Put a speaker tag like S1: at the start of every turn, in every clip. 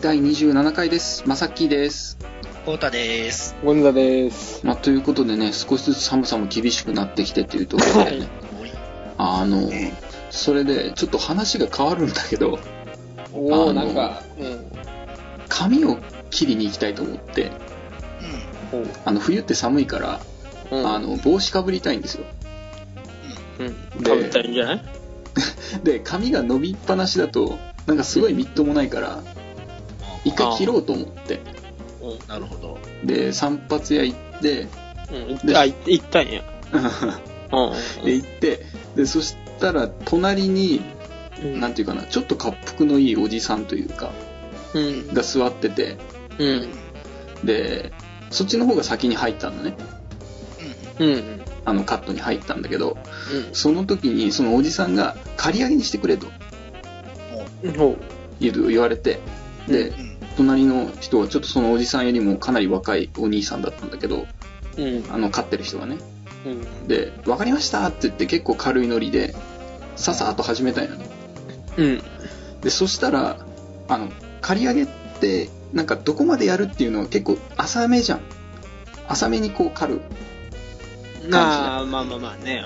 S1: 第27回です。まさっきーです。
S2: ポータです。
S3: ゴンザです。
S1: まあ、ということでね、少しずつ寒さも厳しくなってきてっていうところでね、あの、それで、ちょっと話が変わるんだけど、
S3: お
S1: あの
S3: お、なんか、うん。
S1: 髪を切りに行きたいと思って、
S2: う
S3: ほう
S1: あの、冬って寒いから、
S3: うん。
S1: あの、帽子かぶりたいんですよ。
S3: うん。
S1: で
S3: 食べたいんじゃない
S1: で、髪が伸びっぱなしだと、なんかすごいみっともないから、一回切ろうと思って、
S3: うん
S2: ん。なるほど。
S1: で、散髪屋行って、
S3: うん。行っ
S1: で
S3: た、あ、行行ったんや。うん。
S1: で、行って、で、そしたら、隣に、
S3: うん。
S1: なんていうかな、ちょっと滑覆のいいおじさんというか、
S3: うん。
S1: が座ってて、
S3: うん。
S1: で、そっちの方が先に入ったのね。
S3: うん。うん。
S1: あの、カットに入ったんだけど、その時に、そのおじさんが、刈り上げにしてくれと
S3: うん。ほ
S1: 言う言われて、で
S3: う、
S1: 隣の人は、ちょっとそのおじさんよりもかなり若いお兄さんだったんだけど、
S3: う。うん。
S1: あの、飼ってる人がね。
S3: うん。
S1: で、わかりましたって言って結構軽いノリで、ささっと始めたんよね。
S3: うん。
S1: で、そしたら、あの、刈り上げって、なんかどこまでやるっていうのは結構浅めじゃん。浅めにこう刈る。
S3: なあ、まあまあまあね。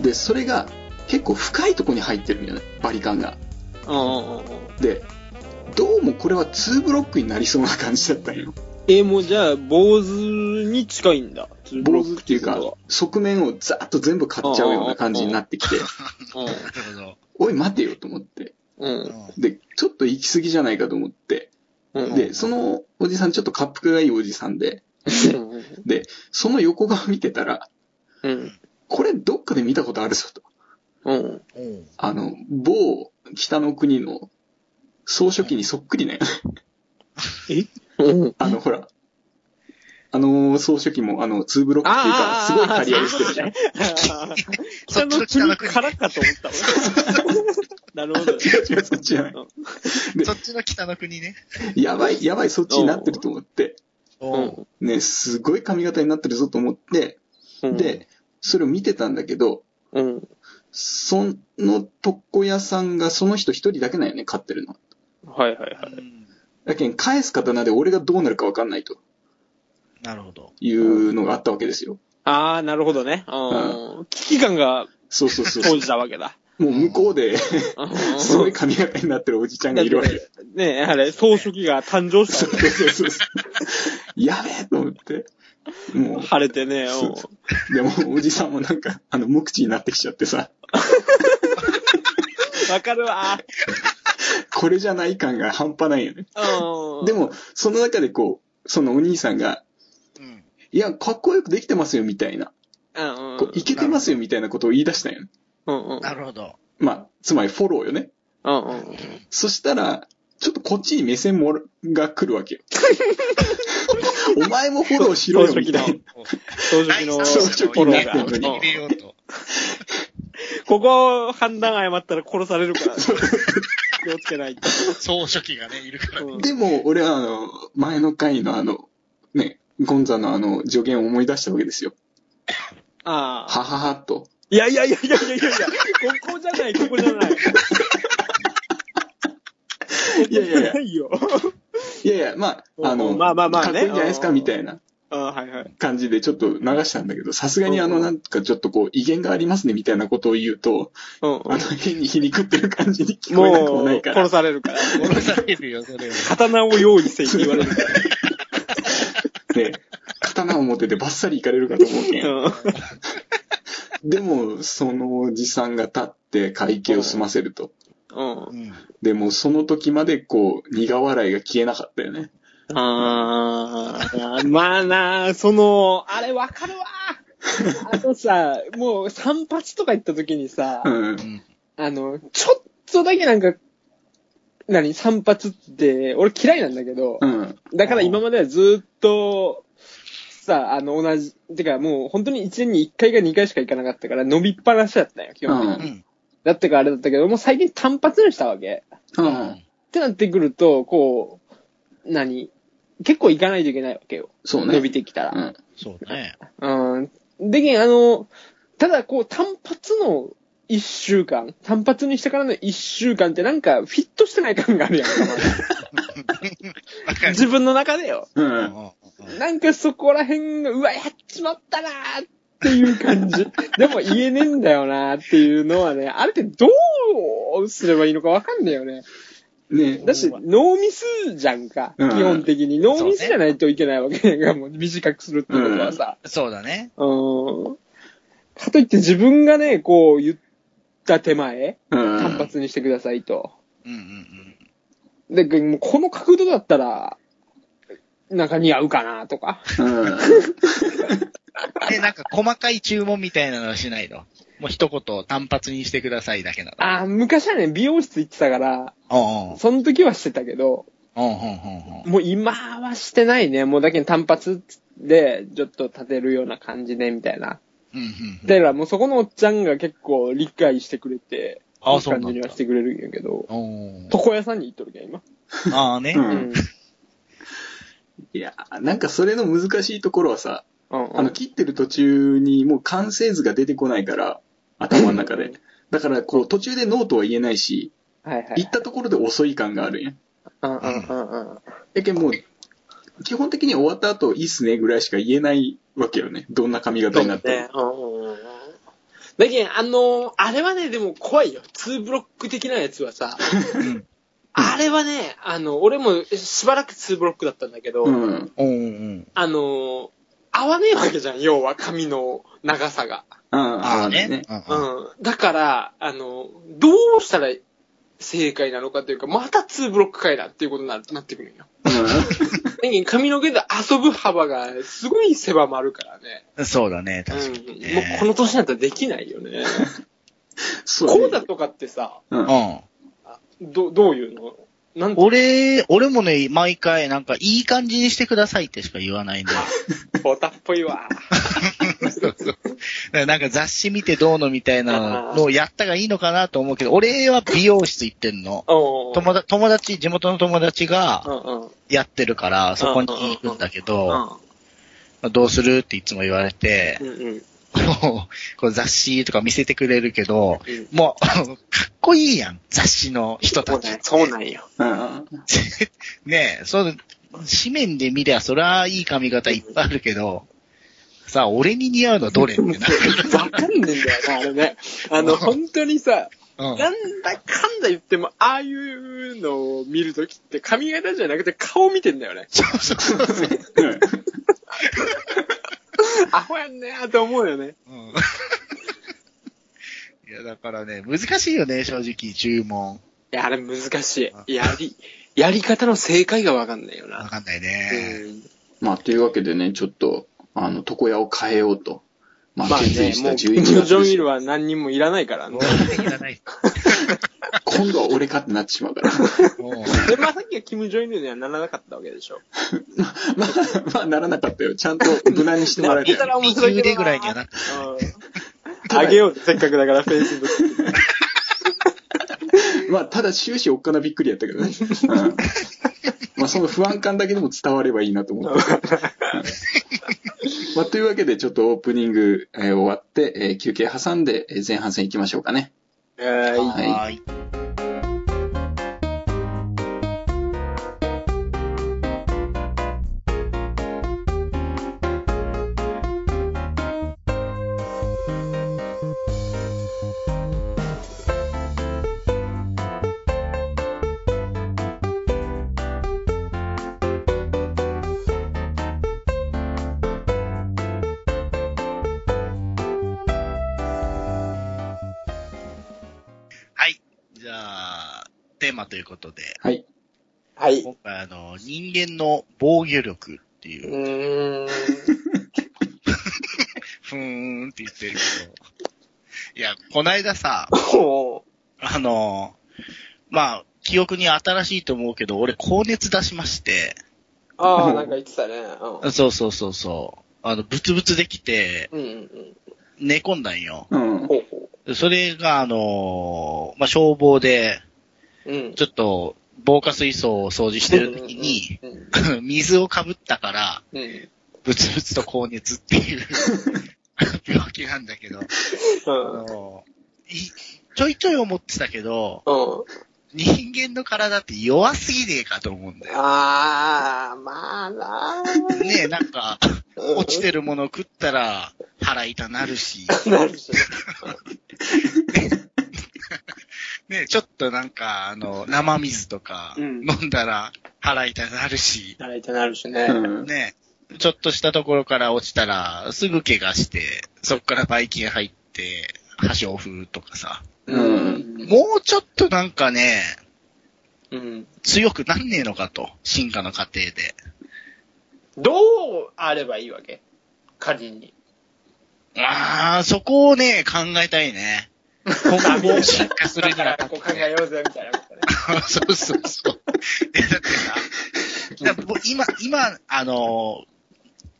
S1: で、それが結構深いとこに入ってるんよね、バリカンが。
S3: うん。うん。
S1: で、どうもこれは2ブロックになりそうな感じだったんよ。
S3: え、もうじゃあ、坊主に近いんだ。
S1: 坊主っていうか、側面をザーッと全部刈っちゃうような感じになってきて、
S3: うん。
S2: なるほど。
S1: おい待てよと思って。
S3: うん。
S1: で、ちょっと行き過ぎじゃないかと思って。
S3: うん。
S1: で、そのおじさんちょっと滑覆がいいおじさんで、
S3: うん。
S1: その横側見てたら、
S3: うん。
S1: これどっかで見たことあるぞと。
S3: うん。
S2: うん。
S1: あの、某北の国の総書記にそっくりね。
S3: うん。
S1: あの、ほら。あのー総書記も、あの、ツーブロックっていうか、すごい刈り上げしてるじゃん。
S3: 北の国からかと思った 俺。なるほど。
S1: 違う違う、そっち じゃない。
S2: そっちの北の国ね。
S1: やばい、やばい、そっちになってると思って、
S3: う
S2: お
S3: ん。
S1: ね、すごい髪型になってるぞと思って、
S3: うん、
S1: で、それを見てたんだけど、
S3: うん。
S1: その床屋さんがその人一人だけなんよね、飼ってるの。
S3: はいはいはい。
S1: だけん、返す刀で俺がどうなるかわかんないと
S2: なるほど。
S1: いうのがあったわけですよ。
S3: ああ、なるほどね。うん。危機感が
S1: そうそうそう。
S3: 生じたわけだ。
S1: もう向こうで、
S3: うん
S1: すごい髪型になってるおじちゃんがいるわけ。
S3: ねえ、あれ、総書記が誕生し
S1: そう
S3: た
S1: そうそうそう。やべえと思って。も
S3: の。晴れてね、うん
S1: そうそうう、でもおじさんもなんか、あの、無口になってきちゃってさ、
S3: わかるわ。
S1: これじゃない感が半端ないよね。
S3: うん。
S1: で、も、その中でこう、そのお兄さんが、
S2: うん。
S1: いや、かっこよくできてますよ、みたいな。
S3: うん。
S1: こう、いけてますよ、みたいなことを言い出したんよね。
S3: うんうん。
S2: なるほど。
S1: まあ、つまりフォローよね。
S3: うんうん。
S1: そしたら、ちょっとこっちに目線もらが来るわけ よ。お前もフォローしろよ、み たいな。
S3: 総書記の
S1: 総書記
S3: フォ
S1: に
S3: ロ
S1: なっ
S3: ー
S1: て
S3: が
S1: んの。
S3: う
S1: に
S3: ん
S2: 入れようと。
S3: ここ、判断誤ったら殺されるから、
S1: そう
S3: 気をつけないと。
S2: 総書記がね、いるから。
S3: うん
S1: でも、俺はあの、前の回のあの、ね、ゴンザのあの、助言を思い出したわけですよ。
S3: ああ。
S1: はははっと。
S3: いやいやいやいやいやいや、ここじゃない、ここじゃない。
S1: いやいやいや
S3: な、いよ。
S1: いやいや、まあ、あ
S3: う
S1: の、
S3: んまあまあまあね
S1: かっこいいんじゃないですか、
S3: うん
S1: みたいな
S3: ああ、はいはい。
S1: 感じでちょっと流したんだけど、さすがにあ
S3: う
S1: の、
S3: ん
S1: なんかちょっとこう、威厳がありますね、みたいなことを言うと、
S3: うん
S1: あの、変に皮肉ってる感じに聞こえなく
S3: も、
S1: もないうから。
S3: 殺されるから。
S2: 殺されるよ、それは。
S3: 刀を用意せいって言われるから。
S1: で、刀を持っててバッサリいかれるかと思うけん。
S3: うん
S1: でも、そのおじさんが立って会計を済ませると。
S3: うん。
S2: うん。
S1: でも、その時までこう、苦笑いが消えなかったよね。
S3: あー、まあな、その、あれわかるわあとさ、もう散髪とか行った時にさ、
S1: うん。
S3: あの、ちょっとだけなんか、何、散髪って、俺嫌いなんだけど、
S1: うん。
S3: だから今まではずっと、さ、あの、同じ、てかもう本当に1年に1回か2回しか行かなかったから伸びっぱなしだったんよ、基
S1: う
S3: 本的に。
S1: ん。
S2: ん。
S3: だってからあれだったけど、もう最近単発にしたわけ。
S1: うん。
S3: ってなってくると、こう、何結構行かないといけないわけよ。
S1: そうね。
S3: 伸びてきた
S1: う
S3: ら。
S1: ん。
S2: そうね。
S3: うん。でけん、あの、ただこう、単発の一週間、単発にしてからの一週間ってなんかフィットしてない感があるやんか、まだ
S2: わかる。
S3: 自分の中でよ。
S1: うん。
S2: うん
S1: あ
S2: うんうん
S3: なんかそこら辺が、うわ、やっちまったなーっていう感じ。 でも言えねえんだよなーっていうのはね、あれってどうすればいいのかわかんないよね。
S1: ね
S3: だし、ノーミスじゃんか、
S1: うん
S3: 基本的に。ノーミスじゃないといけないわけやんか、もう短くするってことはさ。
S2: そうだね。
S3: うん。かといって自分がね、こう言った手前、
S1: うん。
S3: 単発にしてくださいと。
S2: うんうんうん。
S3: で、もうこの角度だったら、なんか似合うかなとか。
S1: うん。
S2: で、なんか細かい注文みたいなのはしないの。もう一言単発にしてくださいだけなの。
S3: ああ、昔はね、美容室行ってたから、
S2: おうん
S3: その時はしてたけど、
S2: うん。うんうんうんうん。
S3: もう今はしてないね。もうだけど単発で、ちょっと立てるような感じで、みたいな。
S2: うんうんうん。
S3: だからもうそこのおっちゃんが結構理解してくれて、
S2: あ
S3: い
S2: あ、
S3: い
S2: そう
S3: 感
S2: な
S3: じ
S2: ん
S3: に
S2: だ
S3: はし。てくれるんやけど、
S2: おー
S3: 床屋さんに行っとるけん、今。
S2: ああね。
S1: う
S3: うんん。
S1: いやー、なんかそれの難しいところはさ、
S3: うん
S1: あの、切ってる途中にもう完成図が出てこないから、頭の中で。だから、こう、途中でノーとは言えないし、
S3: はいは
S1: 行
S3: い
S1: っ。たところで遅い感があるんやん。
S3: うんうんうんうん。
S1: やけんもう、基本的に終わった後、いいっすねぐらいしか言えないわけよね。どんな髪型になっても。
S3: ね。うんうんうん。だけど、あの、あれはね、でも怖いよ。2ブロック的なやつはさ、
S2: うん。
S3: あれはね、あの、俺もしばらく2ブロックだったんだけど、
S1: うん。
S2: おうんうん。
S3: あの、合わねえわけじゃん、要は髪の長さが。
S1: あ
S2: あ
S1: あ
S2: あね
S1: ね。。
S2: うんうん
S3: うん。だから、あの、どうしたら正解なのかというか、また2ブロックかいなっていうことにななってくる んよ。だけど髪の毛で遊ぶ幅がすごい狭まるからね。
S2: そうだね、
S3: う
S2: 確かに、
S3: ん。もう
S2: ね
S3: この年になったらできないよね。
S1: そ
S3: こうだとかってさ、
S1: うん。
S3: ど、どういうのなん
S2: うん。俺、俺もね、毎回、なんか、いい感じにしてくださいってしか言わないんだ よ。
S3: ボタっぽいわ。
S2: そうそうだからなんか雑誌見てどうのみたいなのをやったがいいのかなと思うけど、俺は美容室行ってんの。
S3: うん。
S2: 友達、友達、地元の友達
S3: う
S2: が
S3: んうん。
S2: やってるから、そこに行くんだけ
S3: う
S2: ど、
S3: ん
S2: どうするっていつも言われて
S3: う、んうん。
S2: こうこう雑誌とか見せてくれるけど、
S3: うん
S2: もう、かっこいいやん、雑誌の人たち。
S3: そうなんよ。
S1: うん。
S2: ねえ、そう、紙面で見りゃ、そりゃいい髪型いっぱいあるけど、さあ、俺に似合うのどれってなる。
S3: わかんねえんだよな、あれね。あの、本当にさ、
S2: うん
S3: なんだかんだ言っても、ああいうのを見るときって髪型じゃなくて顔見てんだよ ね。
S2: そうそうそうそう。
S1: うん
S3: アホやんねーって思うよね。
S2: うんいや、だからね、難しいよね、正直、注文。
S3: いや、あれ難しい。やり、やり方の正解がわかんないよ
S2: わ
S3: な。
S2: かんないうね。
S3: ん。
S1: まあ、というわけでね、ちょっと、あの、床屋を変えようと。ま
S3: ま
S1: あ、
S3: あ
S1: 決
S3: ね
S1: 意、し
S3: も
S1: た
S3: う、
S1: 11
S3: ジ
S1: 月です
S3: ョンイルは何人もいらないからね
S2: も。う、いらない。
S1: 今度は俺かってなってしまうから。
S2: もう、
S3: で、まあさっきはキム・ジョンイルにはならなかったわけでしょ。
S1: まあ、まあ、ならなかったよ。ちゃんと無難にしてもらえた
S3: 見た
S1: よ。
S3: ら面白いけど
S2: 20でぐらいにはなって
S3: うん。あげようぜ、せっかくだから、フェイスブック。
S1: まあ、ただ終始おっかなびっくりやったけど ね。うんまあ、その不安感だけでも伝わればいいなと思った。まあ、というわけで、ちょっとオープニング、えー終わって、えー休憩挟んで、えー前半戦行きましょうかね。
S3: えー、
S1: い
S2: はーい。はい。じゃあ、テーマということで、
S1: はい。
S3: はい。
S2: 今回あの、人間の防御力っていうう、
S3: ーん。
S2: ふーんって言ってるけど、いや、こないださ、
S3: も
S2: あの、まあ、記憶に新しいと思うけど、俺高熱出しまして、
S3: う、ああ、なんか言ってたね。う
S2: そうそうそうそう、あの、ブツブツできて、
S3: ん。うんうん
S2: 寝込んだんよ。
S1: うん
S3: うん。。ほうほ
S2: それが、あのまあ、消防で、
S3: う。うん。
S2: ちょっと、防火水槽を掃除してる時に、
S3: うん
S2: 水をかぶったから、
S3: うんうん。
S2: ブツブツと高 熱っていう病気なんだけど、あ
S3: うん。
S2: のいちょいちょい思ってたけど、
S3: うん。
S2: 人間の体って弱すぎねえかと思うんだよ。
S3: あー、まあなー
S2: ねえ、なんか、落ちてるもの食ったら腹痛なるし、
S3: なるし。
S2: ねえ、ちょっとなんか、あの、生水とか
S3: うん
S2: 飲んだら腹痛なるし、
S3: なら痛なるしね。
S1: うん。
S2: ねえ、ちょっとしたところから落ちたらすぐ怪我して、そっからばい菌入って、破傷風とかさ。
S3: うん。
S2: もうちょっとなんかね、
S3: うん。
S2: 強くなんねえのかと。進化の過程で。
S3: どうあればいいわけ仮に。
S2: ああ、そこをね、考えたいね。今後進化する
S3: だ
S2: に
S3: か
S2: は
S3: ら、こう考えようぜ、みたいなことね。
S2: そうそうそう。え、だってさ、だから僕今、今、あの、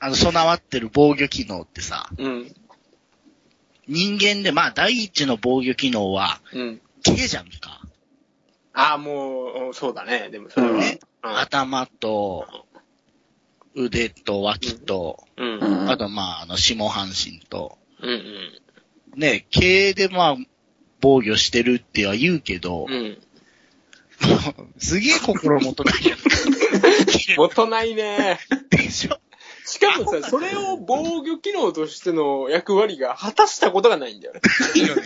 S2: あの、備わってる防御機能ってさ、
S3: うん。
S2: 人間で、まあ、第一の防御機能は、
S3: うん。
S2: 毛じゃんか。
S3: ああ、もう、そうだね。でも、それは。
S1: ね
S2: 頭と、腕と脇と、
S3: うん。う。
S1: うんん
S2: あと、まあ、あの、下半身と、
S3: うん。
S2: ね、毛でまあ、防御してるっては言うけど、
S3: うん。
S2: すげえ心もとない や
S3: 元ないね。
S2: んでしょ
S3: しかもさ、それを防御機能としての役割が果たしたことがないんだよね。
S2: いいよね。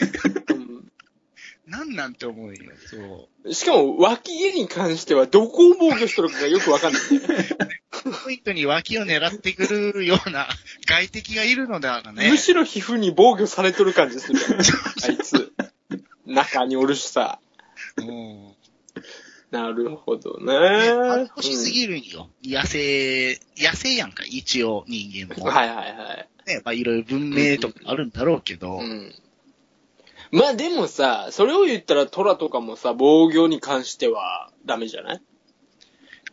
S3: うん
S2: なんなんて思うよ。そう。
S3: しかも、脇毛に関しては、どこを防御しとるかがよくわかんない。
S2: ポイントに脇を狙ってくるような外敵がいるのであらね
S3: む。しろ皮膚に防御されとる感じす るよね。あいつ。中におるしさ。
S2: うん
S3: なるほど
S2: ね
S3: ね。
S2: 欲しすぎるんよ。野生、野生やんか、一応人間
S3: うん
S2: も。
S3: はいはいはい。
S2: ね、まあいろいろ文明とかあるんだろうけど、
S3: うん。まあでもさ、それを言ったらトラとかもさ、防御に関してはダメじゃない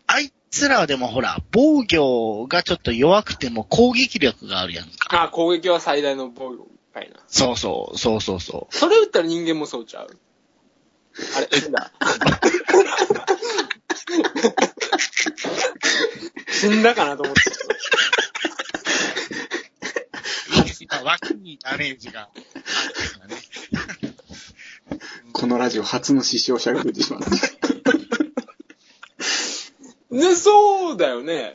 S2: あいつらはでもほら、防御がちょっと弱くても攻撃力があるやんか。
S3: あ、攻撃は最大の防御かいな。
S2: そうそう、そうそうそ
S3: それ言ったら人間もそうちゃう。あれ、死んだ。死んだかなと思って。
S2: う。脇にダメージがあったからね。
S1: このラジオ初の死傷者が出てしまった。
S3: ね、そうだよね。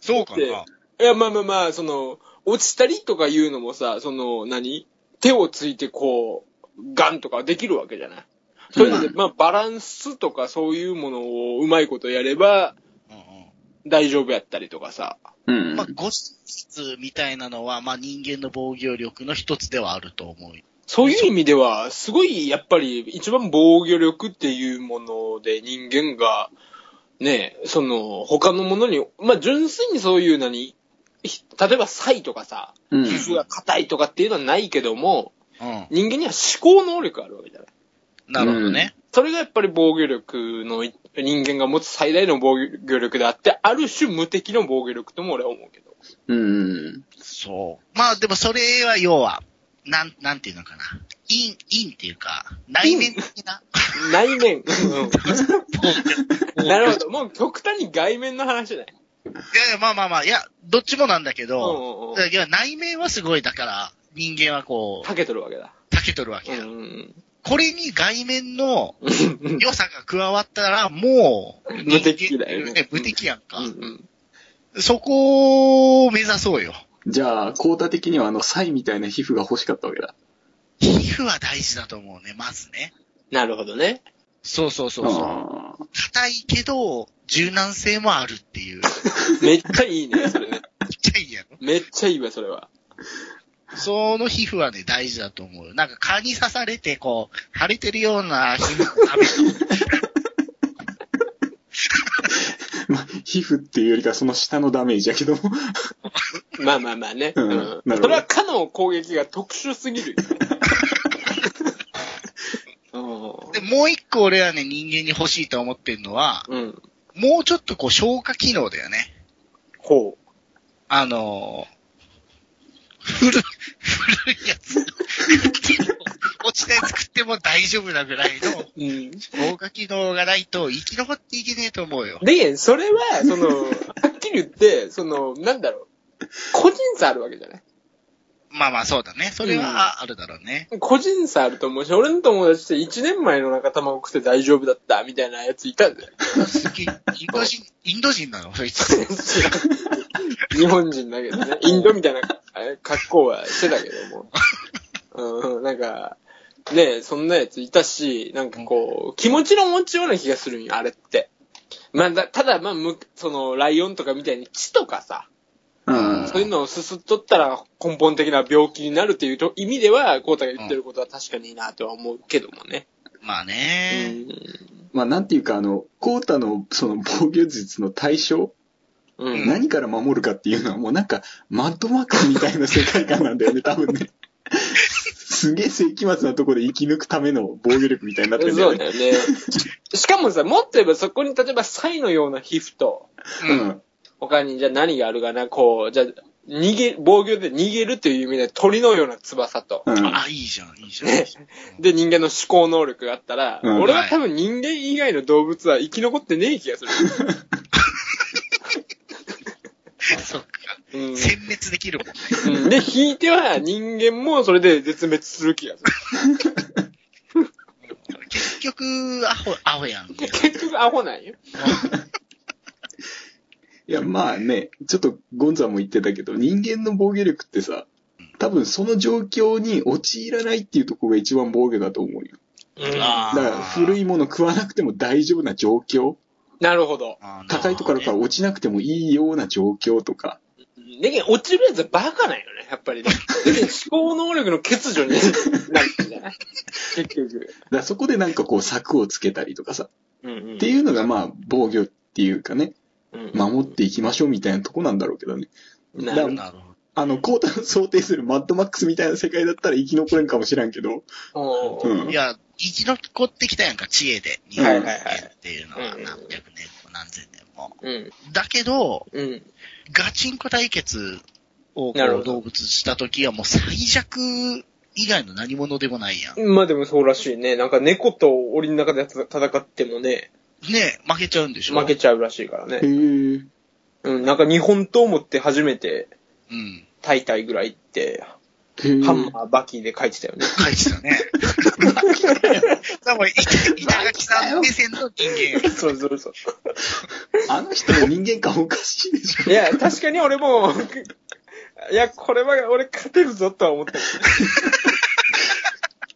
S2: そうか
S3: で
S2: な。
S3: いや、まあまあまあ、その、落ちたりとかいうのもさ、その、何手をついてこう、ガンとかできるわけじゃない。そういうので、まあ、バランスとかそういうものをうまいことやれば
S2: うんうん
S3: 大丈夫やったりとかさ。
S1: うん
S2: まあ、。護身術みたいなのは、まあ、人間の防御力の一つではあると思う。
S3: そういう意味では、すごい、やっぱり、一番防御力っていうもので人間が、ね、その、他のものに、まあ、純粋にそういう何、ひ例えば、サイとかさ、
S1: うん
S3: 皮膚が硬いとかっていうのはないけども、
S2: うん。
S3: 人間には思考能力があるわけじゃない。
S2: なるほどね。
S3: それがやっぱり防御力の、人間が持つ最大の防御力であって、ある種無敵の防御力とも俺は思うけど。
S1: うん。
S2: そう。まあ、でもそれは要は、なん、なんていうのかな。陰、陰っていうか、内面的な。
S3: 内面。 うんなる
S2: ど。
S3: ほど。もう極端に外面の話ね。
S2: いやいや、まあまあまあ、いや、どっちもなんだけ
S3: うんう
S2: ど、
S3: んうん。
S2: いや、内面はすごい、だから、人間はこう、
S3: かけとるわけだ。
S2: たけとるわけ
S3: うん
S2: や、
S3: うん
S2: これに外面の
S3: うん。
S2: 良さが加わったら、もう、
S3: 無敵だよね
S2: 人間無敵やんか
S3: う。んうん
S2: そこを目指そうよ。
S1: じゃあ、コータ的にはあの、サイみたいな皮膚が欲しかったわけだ。
S2: 皮膚は大事だと思うね、まずね。
S3: なるほどね。
S2: そうそうそうそう。
S1: あー
S2: 硬いけど、柔軟性もあるっていう。めっ
S3: めっちゃい いね、それね。
S2: ちゃいいやろ
S3: めっちゃいいわ、それは。
S2: その皮膚はね、大事だと思うよ。なんか蚊に刺されて、こう、腫れてるような皮膚を食べる
S1: まあ、皮膚っていうよりかその下のダメージやけども。
S3: まあまあまあね。
S1: うん
S3: う
S1: な
S3: ん
S1: るほど
S3: それはかの攻撃が特殊す ぎるよね。
S2: と。で、もう一個俺はね、人間に欲しいと思ってるのは、
S3: うん。うん。
S2: もうちょっとこう、消化機能だよね。
S3: ほう。
S2: あのー、古い、古いやつ。落ちたやつ食っても大丈夫なぐらいの、
S3: うん。
S2: 消化機能がないと生き残っていけねえと思うよ。
S3: で、それは、その、はっきり言って、その、なんだろう、個人差あるわけじゃない
S2: まあまあ、そうだね。それはあるだろうね。
S3: 個人差あると思うし、俺の友達って1年前の中卵食って大丈夫だったみたいなやついたんだよ。
S2: すげえインド人、 インド人なのそいつ。
S3: 日本人だけどね。インドみたいなえ格好はしてたけども。うん、なんか、ねえそんなやついたし、なんかこう、気持ちの持ちような気がするんよ、あれって。まあ、だただ、まあ、む、その、ライオンとかみたいに血とかさ、
S1: うん。
S3: そういうのをすすっとったら根本的な病気になるっていうと意味では、コウタが言ってることは確かにいいなとは思うけどもね。
S2: まあ
S3: う
S2: ね。
S3: ん。
S1: まあ、なんていうか、あの、コータのその防御術の対象、
S3: うん。
S1: 何から守るかっていうのはもうなんか、マッドマックスみたいな世界観なんだよね、多分ね。すげえ世紀末なところで生き抜くための防御力みたいになってるんだ
S3: そ
S1: よ
S3: うだ
S1: ね。
S3: よね。しかもさ、もっと言えばそこに例えばサイのような皮膚と、
S1: う
S2: うん。
S1: ん。
S3: 他にじゃあ何があるかな、こう、じゃあ逃げ、防御で逃げるという意味で鳥のような翼と、
S1: うん。
S2: あ、いいじゃん、いいじゃん。
S3: ねで人間の思考能力があったら、
S1: うん
S3: 俺は多分人間以外の動物は生き残ってねえ気がする。
S2: そうか。
S3: うん
S2: 殲滅できるもんね。
S3: うんで、引いては人間もそれで絶滅する気がする。
S2: 結局、アホ、アホやん。
S3: 結局アホなんよ。
S1: いや、まあね、ちょっとゴンザも言ってたけど、人間の防御力ってさ、多分その状況に陥らないっていうところが一番防御だと思うよ。
S2: あ
S1: だか
S2: ー
S1: ら古いもの食わなくても大丈夫な状況、
S3: なるほど。
S2: あー
S1: 高いところから落ちなくてもいいような状況とか、
S3: でけん落ちるやつはバカなんよね、やっぱりね。でけん思考能力の欠如になるんじゃない結局。
S1: だからそこでなんかこう柵をつけたりとかさ、
S3: うんうん
S1: っていうのがまあ防御っていうかね、
S3: うん
S1: 守っていきましょうみたいなとこなんだろうけどね。
S3: な
S1: だから
S3: るほ
S2: なるほど。
S1: あの、コータの想定するマッドマックスみたいな世界だったら生き残れんかもしらんけど、
S3: ど。
S1: う
S3: うん
S1: ん
S2: い。や、生き残ってきたやんか、知恵で。日
S1: はい
S2: 本
S1: はい
S3: はい
S2: っていうのは
S3: うん
S2: 何百年も何千年も。
S3: うん。
S2: だけど、
S3: うん。
S2: ガチンコ対決をこ
S3: なるほ
S2: う
S3: ど
S2: 動物したときはもう最弱以外の何者でもないやん。ね
S3: まあでもそうらしいね。なんか猫と檻の中で戦ってもね、
S2: え負けちゃうんでしょ
S3: 負けちゃうらしいから
S1: へ
S3: ね。
S1: え。
S3: うん、なんか日本刀持って初めて
S2: うん。
S3: 大体ぐらいって、
S1: へえ。
S3: ハンマー、バキで書いてたよね。
S2: 書いてたね。多分、板板垣さん目線の人間。
S3: そうそうそう。
S1: あの人の人間感おかしいでしょ。
S3: いや、確かに俺も、 いや、これは俺勝てるぞとは思ったけ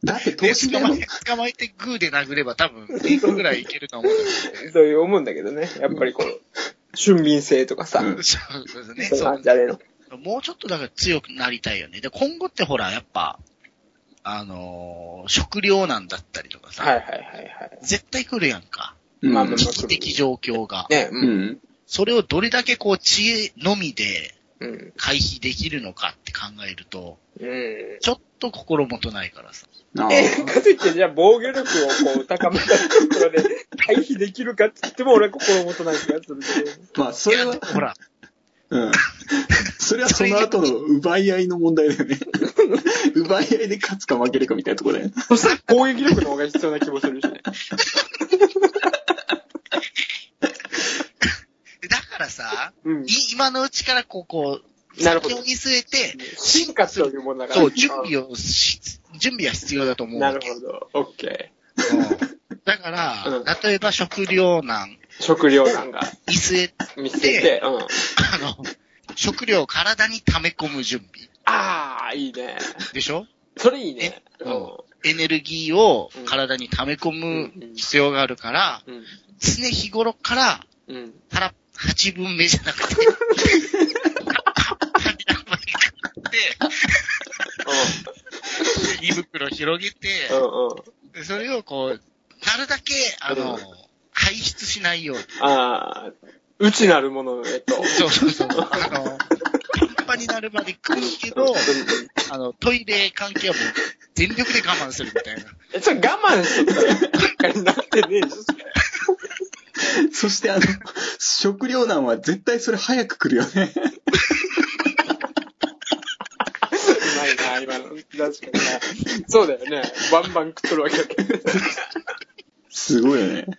S1: だって投
S2: で
S1: 資
S2: 捕
S1: だ
S2: ま
S1: よ
S2: え。て、捕まえてグーで殴れば多分、1個ぐらいいけると思うんだけ
S3: ど、そういう思うんだけどね。やっぱりこう、俊敏性とかさ、
S1: うん
S2: ど。そうそうですね。
S3: そう
S2: そ
S3: な
S2: うん
S3: じゃねえの。
S2: もうちょっとだから強くなりたいよね。で、今後ってほら、やっぱ、あのー食糧難だったりとかさ、
S3: はいはいはいはい。
S2: 絶対来るやんか。
S1: うん
S3: まあまあ
S2: 危機的状況が。
S3: ね、
S1: う
S3: うん。
S1: ん。
S2: それをどれだけこう、知恵のみで
S3: うん。
S2: 回避できるのかって考えると、
S3: うん
S2: ちょっと心もとないからさ。
S1: ああ
S3: え、かといって、じゃあ防御力をこう高めたところで回避できるかって言っても俺は心もとない気がする
S1: まあ、それ
S2: いや
S1: は
S2: でも、ほら、
S1: うん。それはその後の奪い合いの問題だよ ね。奪い合いで勝つか負けるかみたいなとこだよね。
S3: そしたら攻撃力の方が必要な気もするしね。
S2: だからさ、
S3: うん
S2: い。今のうちからこう、こう、
S3: なるほど
S2: 先を見据えて、
S3: 進化というものだから。
S2: そう、準備をし、準備は必要だと思う
S3: な
S2: わ
S3: る
S2: け。
S3: ほど。オッケ
S2: うんだから、
S3: うん
S2: 例えば食糧難、
S3: ー。食料感が
S2: 見据え、
S3: 見つけて、うん。
S2: あの、食料を体に溜め込む準備
S3: あー、いいね。
S2: でしょ
S3: それいいね。
S2: う
S3: うんん。
S2: エネルギーを体に溜め込む必要があるから、
S3: うん。
S2: 常日頃から
S3: うん。
S2: 腹八分目じゃな くて、で胃袋広げて、
S3: うん。うん。
S2: でそれをこう、なるだけ、あの、
S3: うん
S2: 排出しないように。
S3: あー、うちなるものへと。
S2: そうそうそう。あの、パンパンになるまで食うけど、あの、トイレ関係はもう全力で我慢するみたいな。
S3: え、それ我慢しとったら、結果になってねえし。
S1: そしてあの、食糧難は絶対それ早く来るよね。
S3: ないな、今の。確かにな。そうだよね。バンバン食っとるわけだけど。
S1: すごいよね。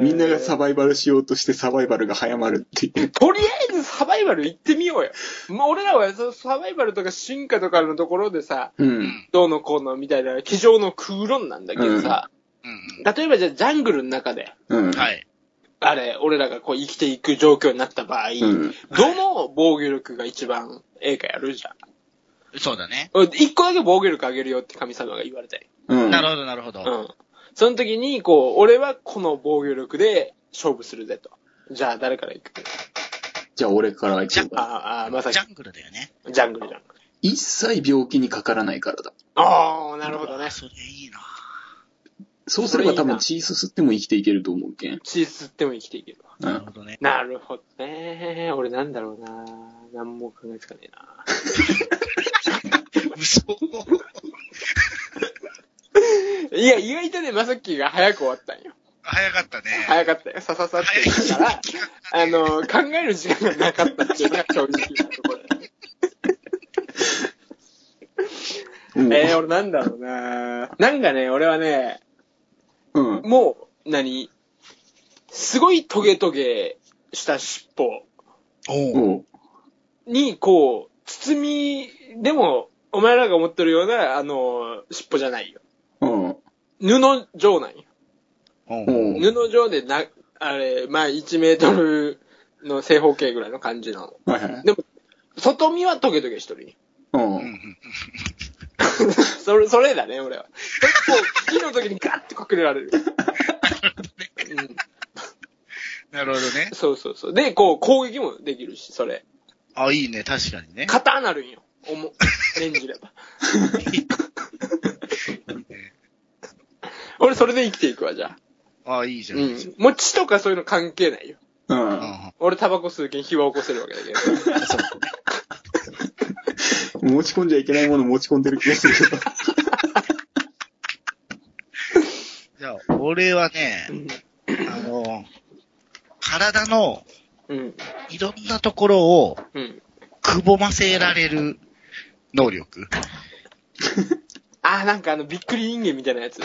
S1: みんながサバイバルしようとしてサバイバルが早まるっていう。
S3: とりあえずサバイバル行ってみようよ。まあ、俺らはそのサバイバルとか進化とかのところでさ、
S1: うん。
S3: どうのこうのみたいな、机上の空論なんだけどさ、
S2: うん
S3: 例えばじゃあジャングルの中で、
S1: うん。
S2: うん。はい。
S3: あれ、俺らがこう生きていく状況になった場合、
S1: うん。
S3: どの防御力が一番ええかやるじゃん。
S2: そうだね。
S3: 俺一個だけ防御力上げるよって神様が言われたり。
S1: うん。
S2: なるほど、なるほど。
S3: う。ん。その時に、こう、俺はこの防御力で勝負するぜと。じゃあ誰から行く
S1: じゃあ俺からいこうか。
S3: ああ、まさき
S2: ジ、ャングルだよね。
S3: ジャングルじゃん。
S1: 一切病気にかからないからだ。
S3: ああ、なるほど
S2: う
S3: ね
S2: わ。それいいな
S1: そうすれば多分血すすっても生きていけると思うけん。
S3: 血吸っても生きていけるわ。
S1: う
S2: なる
S1: ん。
S2: ほどね。
S3: なるほどね。俺なんだろうな。なんも考えつかねえな。
S2: 嘘。
S3: いや、意外とね、まさきが早く終わったんよ。
S2: 早かったね。
S3: 早かったよ。さささって言ったから、あの、考える時間がなかったっていうのが正直なところ。
S1: うん
S3: えー、俺なんだろうな。なんかね、俺はね、
S1: うん。
S3: もう、何すごいトゲトゲした尻尾
S2: おう
S1: おう
S3: に、こう、包み、でも、お前らが思ってるような、あの、尻尾じゃないよ。
S1: うん。
S3: 布状なんよ。
S2: おう
S1: おう
S3: 布状でな、あれ、まあ1メートルの正方形ぐらいの感じなの。
S1: はいはい。
S3: でも、外見はトゲトゲしとるんよ。
S1: う。
S2: うんうんん
S3: それ、それだね、俺は。それこう、火の時にガッて隠れられる。うん、
S2: なるほどね。
S3: そうそうそう。で、こう、攻撃もできるし、それ。
S2: あ、いいね、確かにね。
S3: 肩なるんよ。おも、念じれば。俺、それで生きていくわ、じゃあ。
S2: あ、いいじゃん。
S3: う
S2: うん
S3: ん。もう血とかそういうの関係ないよ。
S1: うん。
S3: 俺、タバコ吸うけん火は起こせるわけだけど。
S2: そう
S1: 持ち込んじゃいけないもの持ち込んでる気がするけど。
S2: じゃあ、俺はね、あの、体の
S3: うん。
S2: いろんなところを
S3: うん。
S2: くぼませられる能力。
S3: あー、なんかあの、びっくり人間みたいなやつ。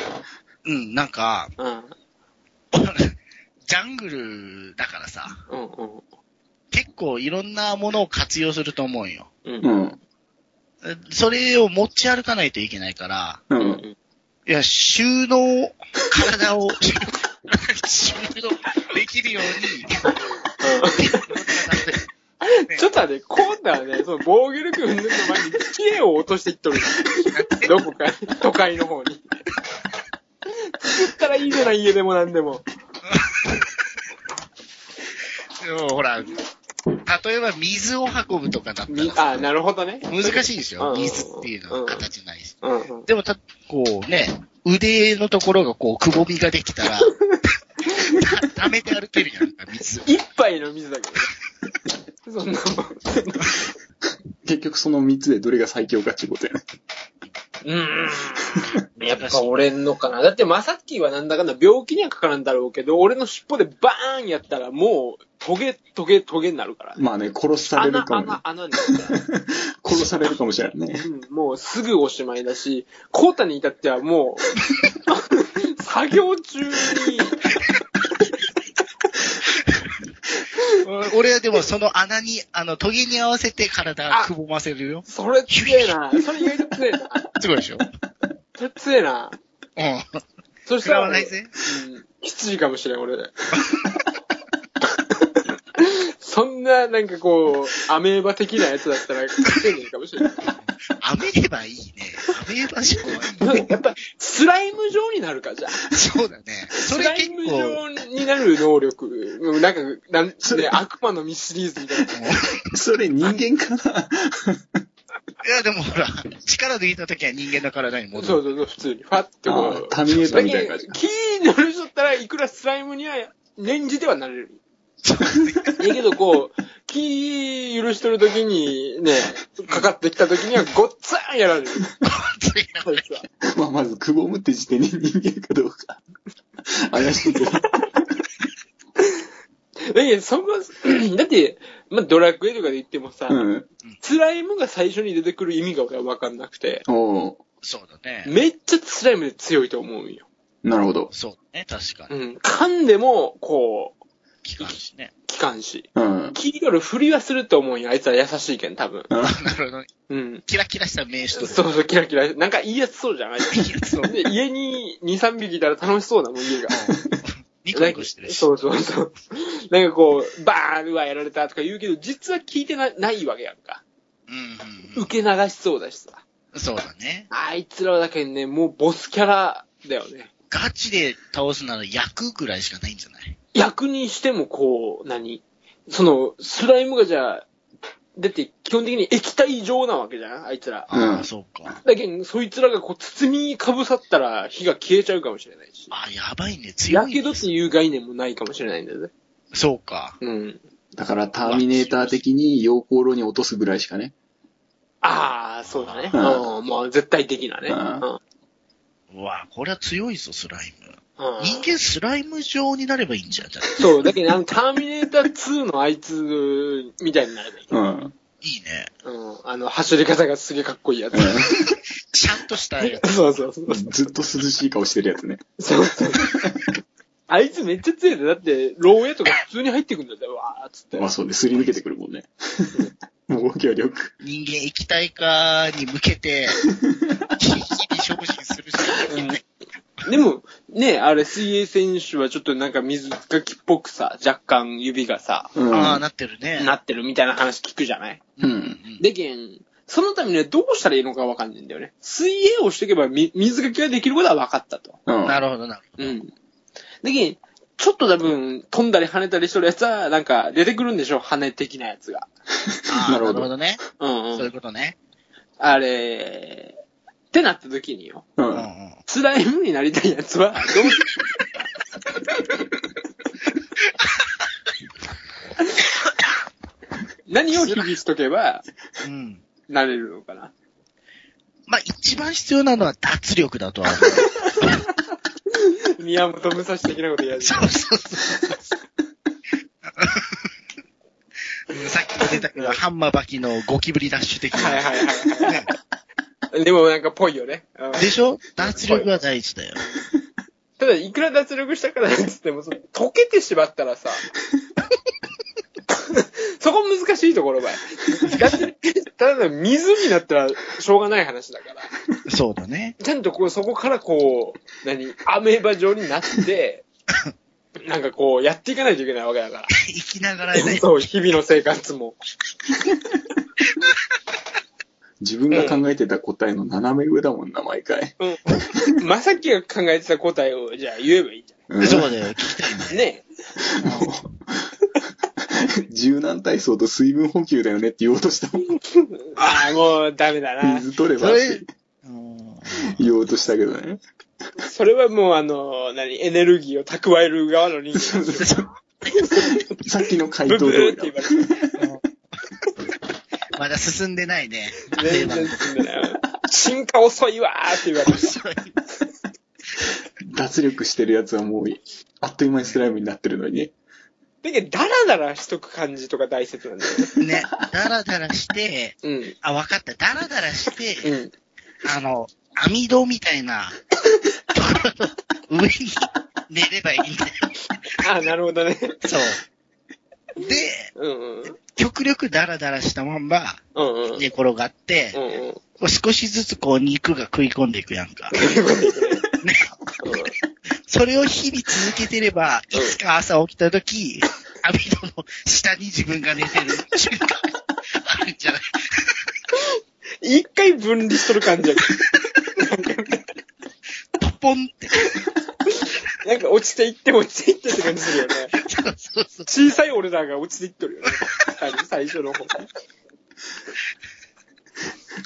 S2: うん、なんか、
S3: うん。
S2: ジャングルだからさ、
S3: うんうん。
S2: 結構いろんなものを活用すると思うんよ。
S3: う。
S1: うんん。
S2: それを持ち歩かないといけないから、
S1: う。
S3: うん ん。
S2: いや、収納、体を、収納できるように、
S3: ちょっと待って、今度はね、その防御力うんぬんの前に、知恵を落としていっとる。どこか、都会の方に。作ったらいいじゃない、家でもなんでも。
S2: でもほら、例えば水を運ぶとかだった
S3: み
S2: ら
S3: あー、なるほどね。
S2: 難しいでしょ
S3: うん
S2: 水っていうのは形ないし。
S3: うんうん。
S2: でもた、こうね、腕のところがこう、くぼみができ たら、た溜めて歩けるやんか、水を。
S3: 一杯の水だけどね。そんなもん。
S1: 結局その3つでどれが最強かっていうことやね。
S3: うん。やっぱ折れんのかな。だってマサッキーはなんだかんだ病気にはかからんだろうけど、俺の尻尾でバーンやったらもう、トゲ、トゲ、トゲになるからね。
S1: まあね、殺される
S3: 穴、
S1: かも
S3: 穴、。穴になるから。
S1: 殺されるかもしれない ね。
S3: うんもうすぐおしまいだし、コータに至ってはもう、 作業中に、
S2: 俺はでもその穴に、あの、トゲに合わせて体をくぼませるよ。
S3: それ強えな。それ意外と強えな。
S2: すごいでしょ
S3: それ強えな。
S2: うん。
S3: そ
S2: 食
S3: した
S2: ら
S3: ら、
S2: わないぜ。
S3: うん、きついかもしれん、俺。そんな、なんかこう、アメーバ的なやつだったら、勝てねえかもしれない。
S2: アメーバいいね。アメーバじゃない
S3: やっぱ、スライム状になるか、じゃあ。
S2: そうだね。そ
S3: ス
S2: れ
S3: ラ
S2: 結
S3: イム
S2: 構、
S3: 状になる能力。うんなんか、なんつね、悪魔の実シリーズみたいな。
S1: それ人間か
S2: いやでもほら、力抜いた時は人間の体に戻
S3: そ
S2: る。
S3: うそうそう、普通に。ファって
S1: な あ
S3: こ
S1: ー
S3: う。
S1: ターミネーター
S3: だ
S1: みた
S3: け
S1: いな
S3: ど
S1: 感じ、か。
S3: 気に乗る人だったらいくらスライムには念じてはなれる。いいけど、こ う、気許しとるときに、ね、かかってきたときにはごっつぁんやられる。そいつは。
S1: まあまず、くぼむって時点で人間かどうか。怪しいけど。
S3: だけど、そこ、 だって、まあ、ドラクエとかで言ってもさ、
S1: うん。
S3: スライムが最初に出てくる意味が俺はわかんなくて、
S1: おう
S2: そうだね。
S3: めっちゃスライムで強いと思うんよ。
S1: なるほど。
S2: そうね、確か
S3: う
S2: に。
S3: ん。噛んでも、こう、
S2: 期間しね。
S3: 機関士。
S1: うん。
S3: 聞いとるふりはすると思うんよ。あいつは優しいけん、多分。
S2: なるほど。
S3: うん。
S2: キラキラした名刺
S3: そう
S2: と。
S3: そう、キラキラ。なんかいいやつそうじゃ ん、あいつ。
S2: そう。
S3: で、家に2、3匹いたら楽しそうなもん、家が。
S2: ニコニコしてるし。
S3: そうそうそう。なんかこう、バーンうわ、やられたとか言うけど、実は聞いてなないわけやんか。
S2: うんうん
S3: 受け流しそうだしさ。
S2: うん。そうだね。
S3: あいつらだけね、もうボスキャラだよね。
S2: ガチで倒すなら役ぐらいしかないんじゃない
S3: 役にしてもこう、何その、スライムがじゃあ、だって基本的に液体状なわけじゃんあいつら。
S2: あ
S1: う
S2: あ、
S1: ん
S2: そうか。
S3: だけど、そいつらがこう包みかぶさったら火が消えちゃうかもしれないし。
S2: ああ、やばいね。強
S3: や
S2: いね
S3: けどっていう概念もないかもしれないんだよね。
S2: そうか。
S3: うん。
S1: だから、ターミネーター的に陽光炉に落とすぐらいしかね。
S3: ああ、そうだね。
S1: う
S3: うんん、もう絶対的なね。
S1: う
S3: うんん。
S2: うわあ、これは強いぞ、スライム。
S3: うん
S2: 人間スライム状になればいいんじゃん。じゃあ
S3: そう、だけど、あの、ターミネーター2のあいつみたいになればいい。
S1: うん。
S2: いいね。
S3: うん。あの、走り方がすげえかっこいいやつ。
S2: ちゃんとしたやつ。
S3: そうそうそう。
S1: ずっと涼しい顔してるやつね。
S3: そうそう。あいつめっちゃ強いで、だって、牢屋とか普通に入ってくんだぜ、わーっつっ て。
S1: まあそうね、すり抜けてくるもんね。もう協力。
S2: 人間液体化に向けて、日々精進するしかないね。
S3: でも、ね、あれ、水泳選手はちょっとなんか水かきっぽくさ、若干指がさ、
S1: うん。
S2: ああ、なってるね。
S3: なってるみたいな話聞くじゃない
S1: うん。
S3: でけん、そのためにはどうしたらいいのかわかんないんだよね。水泳をしていけばみ水かきができることは分かったと。
S1: うん。
S2: なるほどな。
S3: うん。でけん、ちょっと多分、飛んだり跳ねたりしとるやつは、なんか出てくるんでしょ跳ね的なやつが。
S2: ああ、
S1: なる
S2: なる
S1: ほど
S2: ほどね。
S3: うん
S2: そう
S3: う
S2: い
S3: ん
S2: う。ことね。
S3: あれ、ってなった時によ。
S1: う。
S2: うんうんん。
S3: スライムになりたいやつは、どう 何を日々しとけば、
S2: うん。
S3: なれるのかな。
S2: まあ、一番必要なのは脱力だとは思
S3: 宮本武蔵的なことやる
S2: う。。そうそうそう。うんさっきも出たけど、ハンマーバキのゴキブリダッシュ的
S3: はいはい
S2: な。
S3: はいはい。でもなんかぽいよね。うん
S2: でしょ脱力が大事だよ。
S3: ただ、いくら脱力したからっつっても、その溶けてしまったらさ、 そこ難しいところばい。脱力ただ水になったらしょうがない話だから。
S2: そうだ ね。
S3: ちゃんとこう、そこからこう、何、アメーバ状になって、なんかこう、やっていかないといけないわけだか
S2: 生きながら
S3: ら。
S2: ね。
S3: そう、日々の生活も。
S1: 自分が考えてた答えの斜め上だもんな、毎回。
S3: うん。まさきが考えてた答えを、じゃあ言えばいいじ
S1: うん
S2: そうだよ。聞きたいね。
S3: ゃん。ね
S1: 柔軟体操と水分補給だよねって言おうとしたもん。
S3: え。ああ、もうダメだな。
S1: 水取ればって
S2: うん
S1: 言おうとしたけどね。
S3: それはもうあの、何、エネルギーを蓄える側の人間ですよ。
S1: さっきの回
S3: ブ
S1: 答
S3: ブ
S1: 通
S3: ーっ
S1: り
S3: て言
S1: だ。
S3: われて。
S2: まだ進んでないね。
S3: 全然進んでない。進化遅いわーって言われて。
S2: そういう
S1: 脱力してるやつはもう、あっという間にスライムになってるのにね。
S3: だけど、ダラダラしとく感じとか大切なんだよね。
S2: ね、だらだらして、
S3: うん。
S2: あ、わかった。だらだらして、
S3: うん。
S2: あの、網戸みたいな、上に寝ればいいんだよ。
S3: ああ、なるほどね。
S2: そう。で、
S3: うんうん。
S2: 極力だらだらしたまんま
S3: うんうん。
S2: 寝転がって
S3: う、んうん。
S2: こう少しずつこう肉が食い込んでいくやんか。ね、それを日々続けてれば、いつか朝起きた時、網戸の下に自分が寝てる瞬間あるんじゃない
S3: 一回分離しとる感じやけ
S2: ポポンって。
S3: どなんか落ちていって落ちていってって感じするよね。
S2: そうそうそう。
S3: 小さいオルダーが落ちていっとるよね。最初の方。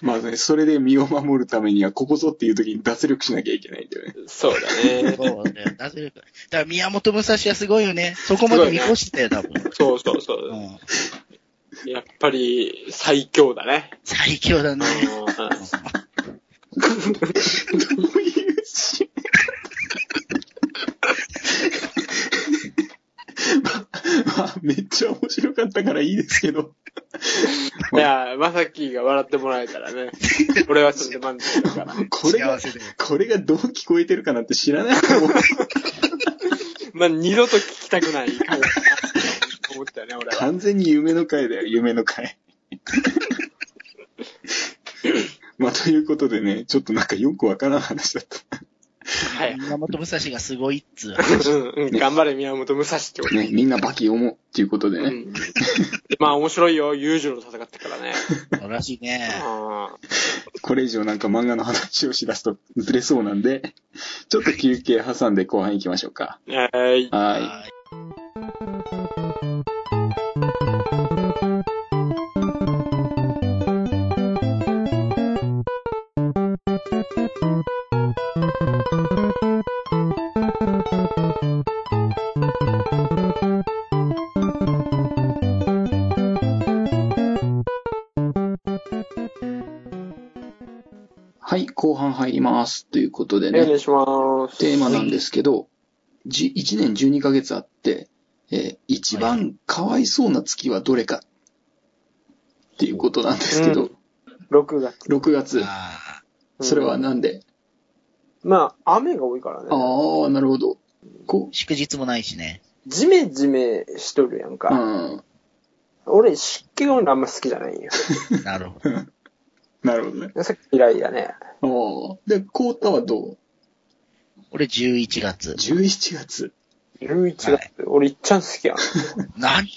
S1: まあね、それで身を守るためには、ここぞっていう時に脱力しなきゃいけないんだよね。
S3: そうだね。
S2: そうだよ。なぜか。だから宮本武蔵はすごいよね。そこまで見越してたよ、多分。
S3: そうそうそうう。
S2: ん、
S3: やっぱり最強だね。
S2: 最強だね。
S3: うん
S1: どういう しまあ、まあ、めっちゃ面白かったからいいですけど。
S3: いや、まさきが笑ってもらえたらね。俺はそれで満足だから。
S1: これが
S2: 幸せで、
S1: これがどう聞こえてるかなんて知らないと思う。
S3: まあ、二度と聞きたくない感じだな思ったよね、俺は。
S1: 完全に夢の回だよ、夢の回。 まあ、ということでね、ちょっとなんかよくわからん話だった。
S3: はい。
S2: 宮本武蔵がすごいっつう。
S3: うん、うん、頑張れ、宮本武蔵ってこと。
S1: ね、みんなバキ読もうっていうことで
S3: う
S1: ね。
S3: ん。まあ、面白いよ。裕次郎と戦ってからね。
S2: 素晴らしいね。
S3: あ
S1: これ以上なんか漫画の話をしだすとずれそうなんで、ちょっと休憩挟んで後半行きましょうか。
S3: ーはい。
S1: はい。
S2: はい
S1: はい、後半入ります。ということで
S3: お願
S1: ね、
S3: いします。
S1: テーマなんですけど、じ1年12ヶ月あって、えー一番かわいそうな月はどれかっていうことなんですけど、
S3: 6月。
S1: 6月。
S2: あ
S3: うん
S1: それはなんで、
S3: まあ、雨が多いからね。
S1: ああ、なるほど。こ
S2: ー祝日もないしね。
S3: ジメジメしとるやん
S1: う、う
S3: か。
S1: ん。
S3: 俺、湿気が多いのあんま好きじゃないんよ。
S2: なるほど。
S1: なるほどね。
S3: さっき嫌いだね。
S1: ああ。で、コータはどう
S2: 俺11月。
S1: ?11 月。
S3: 11月、
S2: はい
S3: 俺いっちゃん好きやん。
S2: 何い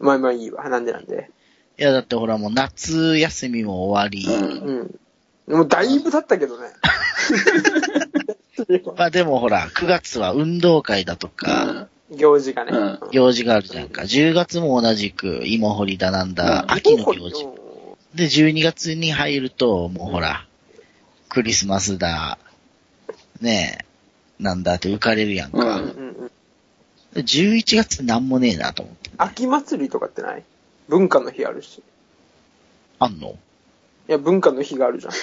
S3: まあまあいいわ。なんでなんで。
S2: や、だってほらもう夏休みも終わり。
S1: うん。
S3: うん。もうだいぶ経ったけどね。
S2: まあでもほら、9月は運動会だとか、
S3: 行事がね。
S1: うん
S2: 行事があるじゃんか。10月も同じく、芋掘りだなんだ
S1: う、ん
S2: 秋の行事。で、12月に入ると、もうほら、クリスマスだ、ねえ、なんだって浮かれるやん
S1: う
S2: か。
S1: ん。
S3: うんうん
S2: で11月なんもねえなと思って。
S3: 秋祭りとかってない文化の日あるし。い
S2: あんの
S3: や、文化の日がある じゃん。い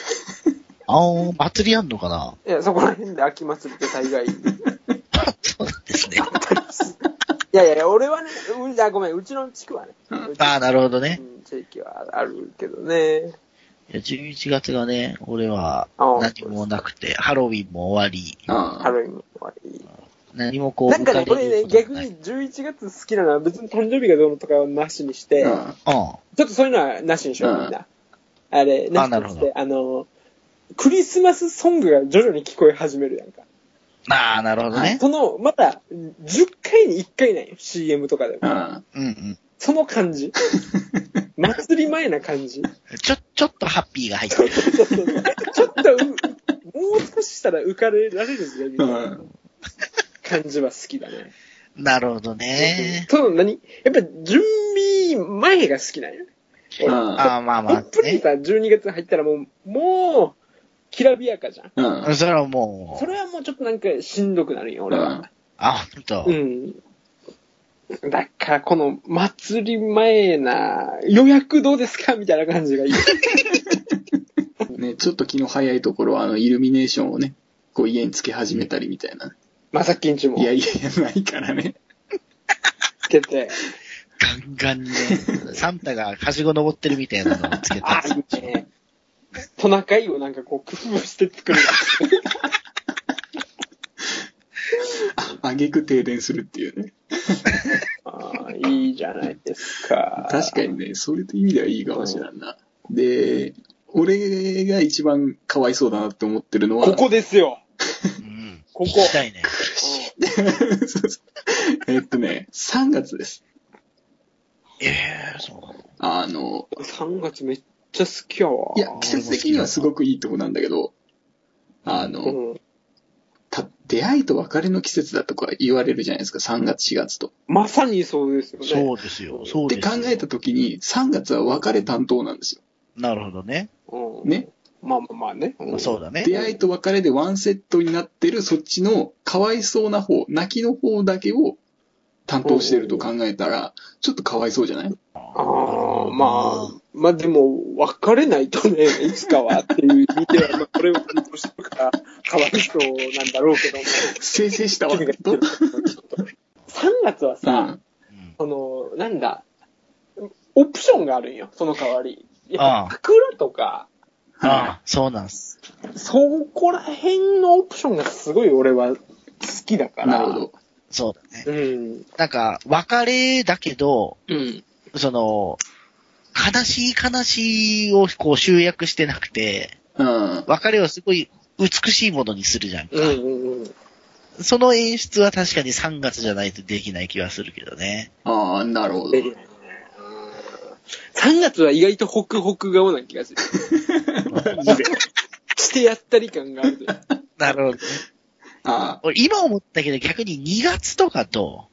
S2: あー、祭りあんのかな
S3: や、そこら辺で秋祭りって大概。い
S2: そうなんですね。
S3: やいやいや、俺はね、うんあごめん、うちの地区はね。うち
S2: ああ、なるほどね
S3: う。ん地域はあるけどね。
S2: いや11月がね、俺は
S3: あー
S2: 何もなくて、ハロウィンも終わり、
S1: あ
S3: ハ
S1: あ。
S3: ロウィンはいい。
S2: 何もこう、
S3: なんかね、
S2: 浮
S3: こ
S2: れ
S3: れ
S2: る
S3: ね、
S2: ことが
S3: 逆
S2: ない。
S3: に11月好きなのは別に誕生日がどうのとかはなしにして、
S1: うん
S2: うん。
S3: ちょっとそういうのはなしにしよ
S1: う
S3: う、
S1: ん
S3: みんな。あれ、なし
S2: なる
S3: に
S2: ほ
S3: し
S2: ど
S3: て、あの、クリスマスソングが徐々に聞こえ始めるやんか。
S2: ああ、なるほどね。
S3: その、また、10回に1回なんよ、CM とかで
S1: う
S3: も。
S1: ん。
S2: うんうん。
S3: その感じ。祭り前な感じ。
S2: ちょ、ちょっとハッピーが入っ てる。
S3: そうそうそうちょっとう、もう少ししたら浮かれられるぜ、みたいな
S1: うん
S3: 感じは好きだね。
S2: なるほどね。
S3: その何やっぱ準備前が好きなんよね。俺
S2: ああ、まあま
S3: たっぷ
S2: あ、
S3: り
S2: ね。
S3: さ、12月入ったらもう、もう、きらびやかじゃん。
S1: うん。
S2: それはも、
S3: そうれはもうちょっとなんかしんどくなるよ、俺は。
S2: あ、ほんと
S3: う。ん。だから、この祭り前な、予約どうですかみたいな感じがいい。
S1: うんね、ちょっと気の早いところは、あの、イルミネーションをね、こう家につけ始めたりみたいな。
S3: まさきんちも
S1: いやいやいや、ないからね。
S3: つけて。
S2: ガンガンね。サンタがはしご登ってるみたいなのをつけ
S3: あ
S2: た。、
S3: いいね。トナカイをなんかこう工夫して 作る。
S1: あげく停電するっていうね。
S3: ああ、いいじゃないですか。
S1: 確かにね、それという意味ではいいかもしれんな。で、俺が一番かわいそうだなって思ってるのは、
S3: ここですよ。
S2: うん。
S3: ここ
S2: 行きたいね。
S1: そうそう えっとね、3月です。
S2: ええ、そう。
S1: あの、
S3: 3月めっちゃ好きやわ。
S1: いや、季節的にはすごくいいとこなんだけど、あの、
S3: うん。
S1: た出会いと別れの季節だとか言われるじゃないですか、3月、4月と。
S3: まさにそうですよね。
S2: そうですよ。そう
S1: で
S2: です
S1: 考
S2: よ。
S1: えた時に、3月は別れ担当なんですよ。
S2: なるほどね。
S3: うん。
S1: ね。
S3: まあまあまあね。
S2: まあそうだね。
S1: 出会いと別れでワンセットになってる、そっちのかわいそうな方、泣きの方だけを担当してると考えたら、ちょっとかわいそうじゃない
S3: ああ、まあ、まあでも、別れないとね、いつかはっていう意味では、まあ、これを担当してるから、かわいそうなんだろうけども、
S1: 生成したわ。
S3: 3月は
S1: う
S3: さ、
S1: ん。
S2: うん
S3: その、なんだ、オプションがあるんよ、その代わり。や
S2: あ
S3: っ
S2: あ
S3: ぱ、桜とか、
S2: ああ、そうなんす。
S3: そこら辺のオプションがすごい俺は好きだから。
S1: なるほど。
S2: そうだね。
S3: うん。
S2: なんか、別れだけど、
S3: うん。
S2: その、悲しい悲しいをこう集約してなくて、
S1: うん。
S2: 別れをすごい美しいものにするじゃんか。
S3: うんうんうん。
S2: その演出は確かに3月じゃないとできない気はするけどね。
S1: ああ、なるほど。
S3: できないねうん3月は意外とホクホク顔な気がする。してやったり感があるで。
S2: なるほど、ね。
S1: あ
S2: 俺今思ったけど逆に2月とかと、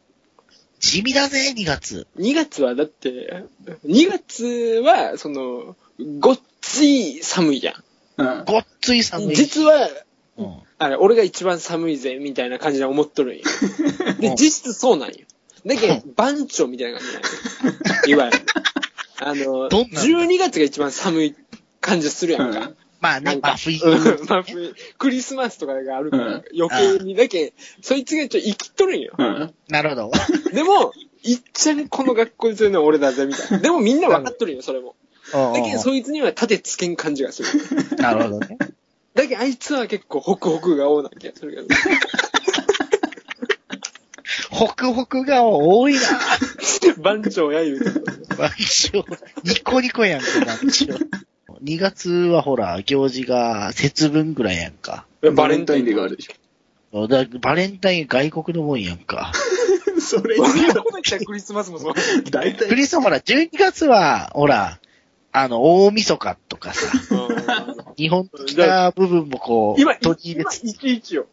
S2: 地味だぜ、2月。
S3: 2月はだって、2月は、その、ごっつい寒いじゃん。
S1: あ、うん。
S2: ごっつい寒い。
S3: 実は、
S2: うん。
S3: あれ、俺が一番寒いぜ、みたいな感じで思っとるん よ。
S2: う
S3: で、
S2: ん
S3: 実質そうなんよ。だけど
S2: う、
S3: 番長みたいな感じなんよ。いわゆる。あの、
S2: どんなんだ
S3: 12月が一番寒い感じするやん
S1: う
S3: か
S1: ん。
S2: まあ
S3: な
S2: ね、
S3: ん
S2: まあ
S3: か、
S2: 冬。
S3: うんまあ冬クリスマスとかがあるから
S1: うん
S3: 余計に、だけそいつがちょっと生きとるんよ。
S1: うん。
S2: なるほ ど。
S3: でも、いっちゃんこの学校にするのは俺だぜ、みたいな。でもみんな分かっとるんよ、それ
S2: う
S3: も。
S2: ん
S3: だけど、そいつには盾つけん感じがする。
S2: なるほどね。
S3: だけど、あいつは結構ホクホクが多な気がするけど。
S2: ホクホクが多いな。
S3: 番長や言うてた
S2: まあ一応、ニコニコやんか、まあ一応。2月はほら、行事が節分ぐらいやんか。
S1: バレンタインデーがあるでし
S2: だバレンタイン外国のもんやん か。
S1: ょ。 それ
S3: 俺のこと言ったらクリスマスもそう。
S1: 大
S2: ク
S1: 体、
S2: リスマスほら、12月は、ほら、あの、大晦日とかさ、日本的な部分もこう、
S3: 今、今
S2: 取り入れつつ、
S3: 11よ。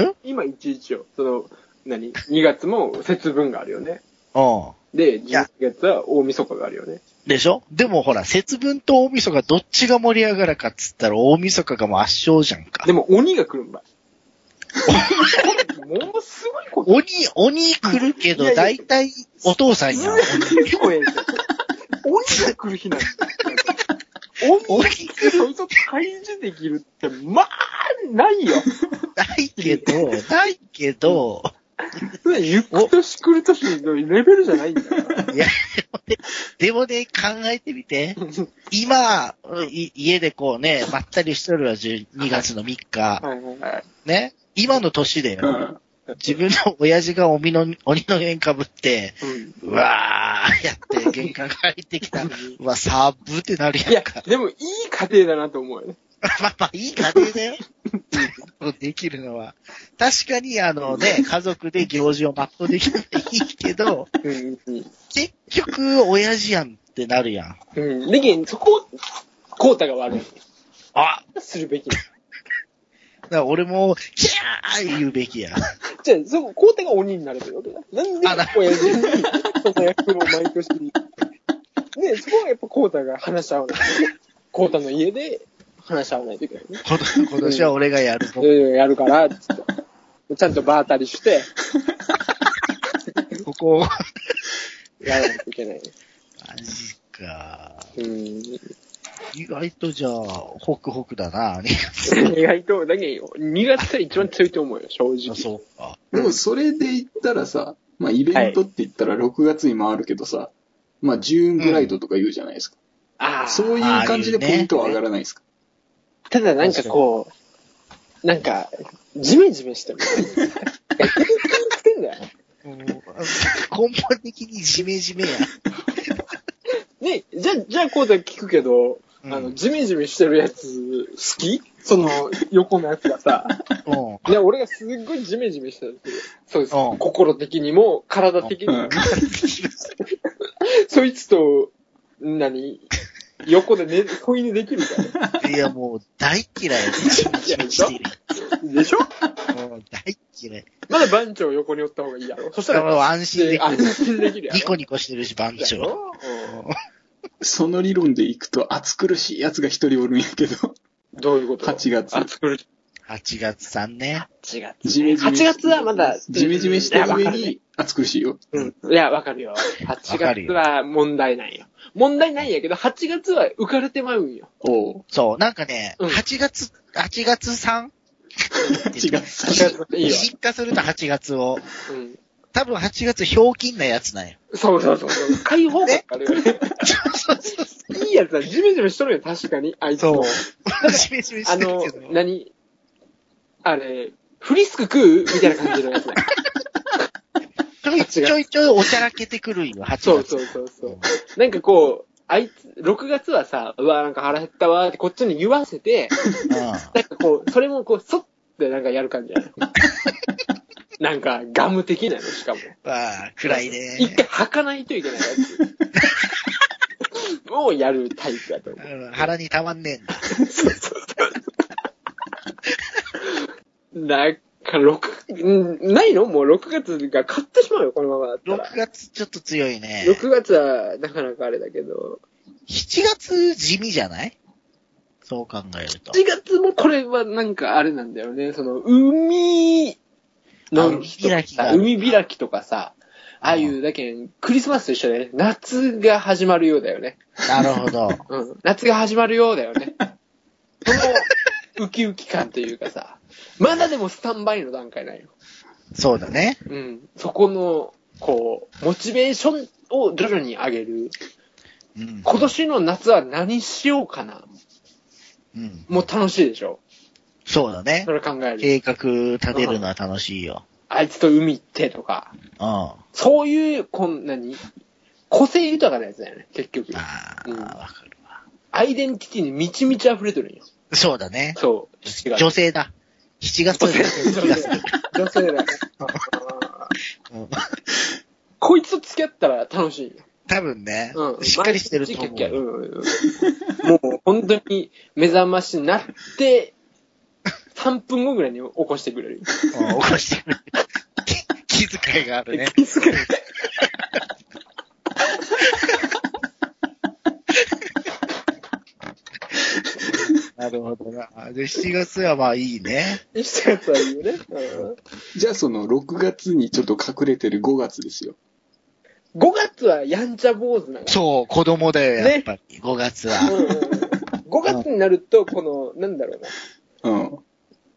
S2: ん
S3: 今11よ。その、何 ?2 月も節分があるよね。
S2: うん。
S3: で、
S2: や
S3: 12月は大晦日があるよね。
S2: でしょでもほら、節分と大晦日どっちが盛り上がるかっつったら大晦日がもう圧勝じゃんか
S3: で。も鬼が来 るんばい。ものすごいこと。
S2: 鬼、鬼来るけ
S3: い
S2: ど、
S3: やいや
S2: 大体お父さんやん。
S3: 聞こえんじゃん。鬼が来る日なんだ。鬼が来てそいつを退治できるって、まあ、ないよ。
S2: ないけど、ないけど、
S3: ゆく年来る年のレベルじゃないんだから。
S2: いや、でもね、でもね考えてみて。今、い家でこうね、まったりしとるわ、12月の3日。
S3: はいはいはい。
S2: ね。今の年だ
S1: う
S2: よ。
S1: ん。
S2: 自分の親父が鬼の、鬼の面かぶって、
S3: うん
S2: うわー、やって玄関入ってきた。うわ、サブってなる
S3: い
S2: や
S3: や
S2: んか、。
S3: でもいい家庭だなと思うよね。
S2: まあまあ、いい家庭だよ。できるのは。確かに、あのね、家族で行事を全うできるのはいいけど、
S3: うんうん
S2: 結局、親父やんってなるやん。
S3: うん。うん。でけん、そこ、コータが悪い。
S2: あ
S3: するべき。じ
S2: だから俺も、キャー言うべきや。
S3: ゃあ、そこ、コータが鬼になればいいわけだ。なんで
S2: あな、
S3: 親父に、その役を毎年に。ねそこはやっぱコータが話し合わない。コータの家で話し合わないといけないね。
S2: 今年今年は俺がやる
S3: い。ろいろやるから、つって。ちゃんと場当たりして、
S2: ここ、
S3: やらないといけない。
S2: マジか。
S3: うん。
S2: 意外とじゃあ、ホクホクだな。
S3: 意外と、だけど、2月が一番強いと思うよ、正直。
S2: そうか。
S1: でもそれで言ったらさ、まあイベントって言ったら6月に回るけどさ、まあジューンブライドとか言うじゃないですか。
S3: ああ
S1: そういう感じでポイントは上がらないですか。
S3: ただなんかこう、なんか、ジメジメしてる。え、天気してんだよ。
S2: うん根本的にジメジメや。
S3: ね、じゃあ、じゃあ、こうだ聞くけど、
S2: うん
S3: あの、ジメジメしてるやつ、好きその、横のやつがさ。
S2: うん。
S3: いや、俺がすっごいジメジメしてる。そうです
S2: うん。
S3: 心的にも、体的にも
S1: うん。
S3: そいつと、何横で寝、子犬できるか
S2: いや、もう、大嫌い。ジメジメしてる。
S3: ら。でしょ
S2: もう、大嫌い。
S3: まだ番長横におった方がいいやろ。そした
S2: だから
S3: ら、
S2: もう安心でき
S3: 安
S2: る。
S3: 心できるやろ。
S2: ニコニコしてるし、番
S3: だ
S2: 長。
S3: ろうん
S1: その理論で行くと暑苦しいやつが一人おるんやけ ど、
S3: どういうこと
S1: 8月
S3: 暑苦し
S2: 8月さんね。
S3: い。8月。
S1: ジメジメ。
S3: 8月はまだ、
S1: ジメジメした
S3: い
S1: 上
S3: やわかる
S1: に暑苦しいよ。
S3: うん。いや、わかるよ。8月は問題ないよ。問題ないんやけど、8月は浮かれてまうんよ。
S1: おう。
S2: そう、なんかね、
S3: うん
S2: 8月、8月さん
S1: 8月
S3: 8月いいわ。
S2: 進化すると8月を。
S3: うん。
S2: 多分8月、ひょうきんなやつなんよ。
S3: そうそうそうそう。開放感 あるよね。いいやつだ。ジメジメしとるよ、確かに。あいつ も。
S2: しめしめ
S3: あ
S2: してる
S3: の
S2: けど、ね。
S3: 何あれ、フリスク食うみたいな感じのやつね。
S2: ちょいちょいちょいおちゃらけてくるんよ、8月。
S3: そうそうそうそう。なんかこう、あいつ、6月はさ、うわ、なんか腹減ったわーってこっちに言わせて、
S2: う
S3: なんかこう、それもこう、そってなんかやる 感じやねなんか、ガム的なの、しかも。
S2: ん。わあ、暗い
S3: 一
S2: ね。
S3: 回吐かないといけないや つ。もうやるタイプだと思う。
S2: うん腹にたまんねえんだ。
S3: なんか、6、んないのもう6月が買ってしまうよ、このままだったら。
S2: 6月ちょっと強いね。
S3: 6月はなかなかあれだけど、
S2: 7月地味じゃないそう考えると。
S3: 7月もこれはなんかあれなんだよね、その、海の
S2: あ海開きが
S3: 海開きとかさ、ああいうだけん、クリスマスと一緒でね、夏が始まるようだよね。
S2: なるほど。
S3: うん。夏が始まるようだ よね。その、ウキウキ感というかさ、まだでもスタンバイの段階なんよ。
S2: そうだね。
S3: うん。そこの、こう、モチベーションを徐々に上げる。
S2: うん。
S3: 今年の夏は何しようかな。
S2: うん。
S3: もう楽しいでしょ。
S2: そうだね
S3: そ。れ考えると。
S2: 計画立てるのは楽しいよ。
S3: あいつと海行ってとか、
S2: うん。あ
S3: そういう、こんなに、個性豊かなやつだよね、結局。
S2: あー、
S3: うん
S2: わかるわ。
S3: アイデンティティにみちみち溢れてるんよ。
S2: そうだね。
S3: そう、7月。
S2: 女性だ。7月7月。
S3: 女性 だ。
S2: うん
S3: こいつと付き合ったら楽しいよ。
S2: 多分ね
S3: う、ん。
S2: しっかりしてると思
S3: 毎日結
S2: う。
S3: 局うんうんうんもう、本当に目覚ましになって、3分後ぐらいに起こしてくれる。
S2: うん起こしてくれる。 気気遣いがあるね。なるほどな。で、7月はまあいいね。
S3: 7月 はいいよね。うん
S1: じゃあその6月にちょっと隠れてる5月ですよ。
S3: 5月はやんちゃ坊 主なの。
S2: そう、子供だよ、やっぱり。5月は。
S3: うんうんうん5月になると、この、なんだろうな。
S1: うん。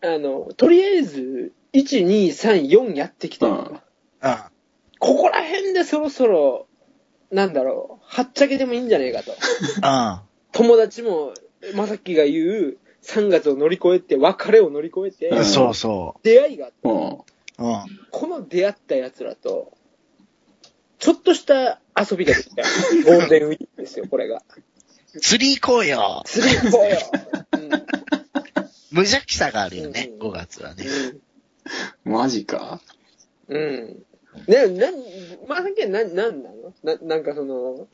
S3: あの、とりあえず、1、2、3、4やってきてるから、
S1: うん
S2: あ
S3: ここら辺でそろそろ、なんだろう、はっちゃけでもいいんじゃねえかと。
S2: あ、
S3: 友達も、まさきが言う、3月を乗り越えて、別れを乗り越えて、
S1: うん
S2: そうそ
S3: 出会いがあっ
S1: うん。
S2: う。うん。
S3: た。この出会った奴らと、ちょっとした遊びができた。ゴールデンウィーク ですよ、これが。
S2: 釣り行こうよ。
S3: 釣り行こうよ。うん
S2: 無邪気さがあるよね、
S3: うん
S2: 5月はね。
S1: マジか。
S3: うん。ね、なん、まあ、さっきはな、なんなのな、なんかその、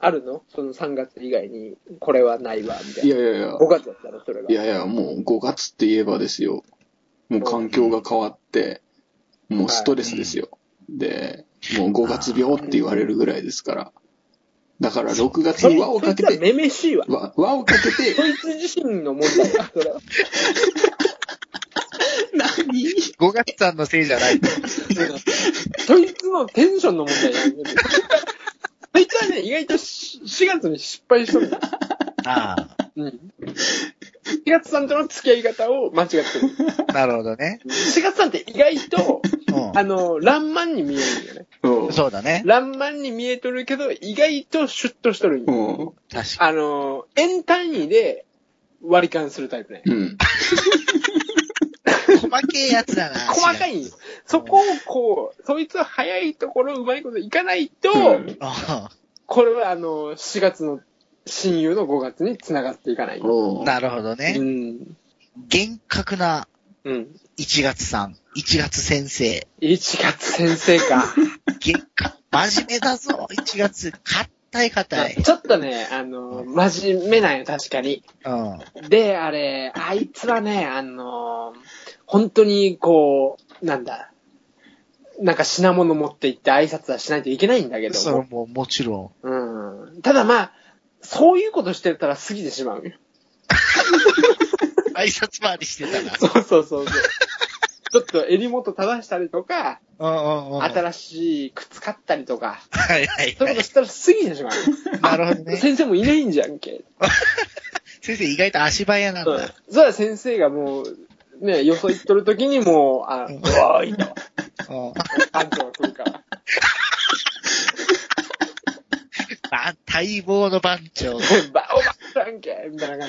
S3: あるのその3月以外に、これはないわ、みたい
S1: い
S3: な。
S1: やいやいや。
S3: 5月だったらそれが。
S1: いやいや、もう5月って言えばですよ。もう環境が変わって、もうストレスですよ。で、もう5月病って言われるぐらいですから。だから6月
S3: それ
S1: に輪を
S3: そ
S1: か
S3: いつ
S1: け
S3: は
S1: て、
S3: めめしいわ。
S1: 輪輪をかけて、
S3: そいつ自身の問題だ、それは。
S1: 何
S2: 5月さんのせいじゃない。
S3: そいつのテンションの問題やん。そいつはね、意外とし4月に失敗しとるんだ。
S2: あ
S3: うん。4月さんとの付き合い方を間違ってる。
S2: あ、なるほどね。
S3: 4月さんって意外と、あ
S2: う
S3: の、爛漫に見えるんだよね。
S1: うん
S2: ん。。そうだね。
S3: 乱漫に見えとるけど、意外とシュッとしとるん
S1: う
S3: よ。
S1: ん。
S2: 確か
S3: あのー、円単位で割り勘するタイプね。
S1: うん。
S2: に。細けえやつだな。
S3: 細かいんよ。そこをこう、そいつは早いところうまいこといかないと、
S1: うん
S2: う
S3: これはあのー、4月の親友の5月に繋がっていかない。う
S2: うん
S1: うん
S2: なるほどね。
S3: ん。
S2: 厳格な
S3: うん。
S2: 1月さん。1月先生。
S3: 1月先生か。
S2: 厳格。真面目だぞ、1月。硬い硬い。
S3: ちょっとね、あのー、真面目なんよ、確かに。
S2: うん。
S3: で、あれ、あいつはね、あのー本当にこう、なんだ、なんか品物持って行って挨拶はしないといけないんだけ
S2: そ
S3: ど
S2: れ
S3: も、
S2: も、もちろ
S3: うん。ただまあ、そういうことしてたら過ぎてしまうよ。
S2: ん。挨拶回りしてたな。
S3: そうそうそうそう。 ちょっと襟元正したりとか、
S2: うんうんうん。
S3: 新しい靴買ったりとか、
S2: はいはい
S3: そう
S2: は
S3: いうことしたら過ぎてしまうよ。
S2: い。なるほどね。
S3: 先生もいないんじゃんけ。
S2: 先生意外と足早なん
S3: そう
S2: だ。
S3: そら先生がもう、ね、よそ行っとる時にもう、あ、おーいと。
S2: うん
S3: 班長が来るから。
S2: ば待望の番長。
S3: バオバちゃんけみたいな感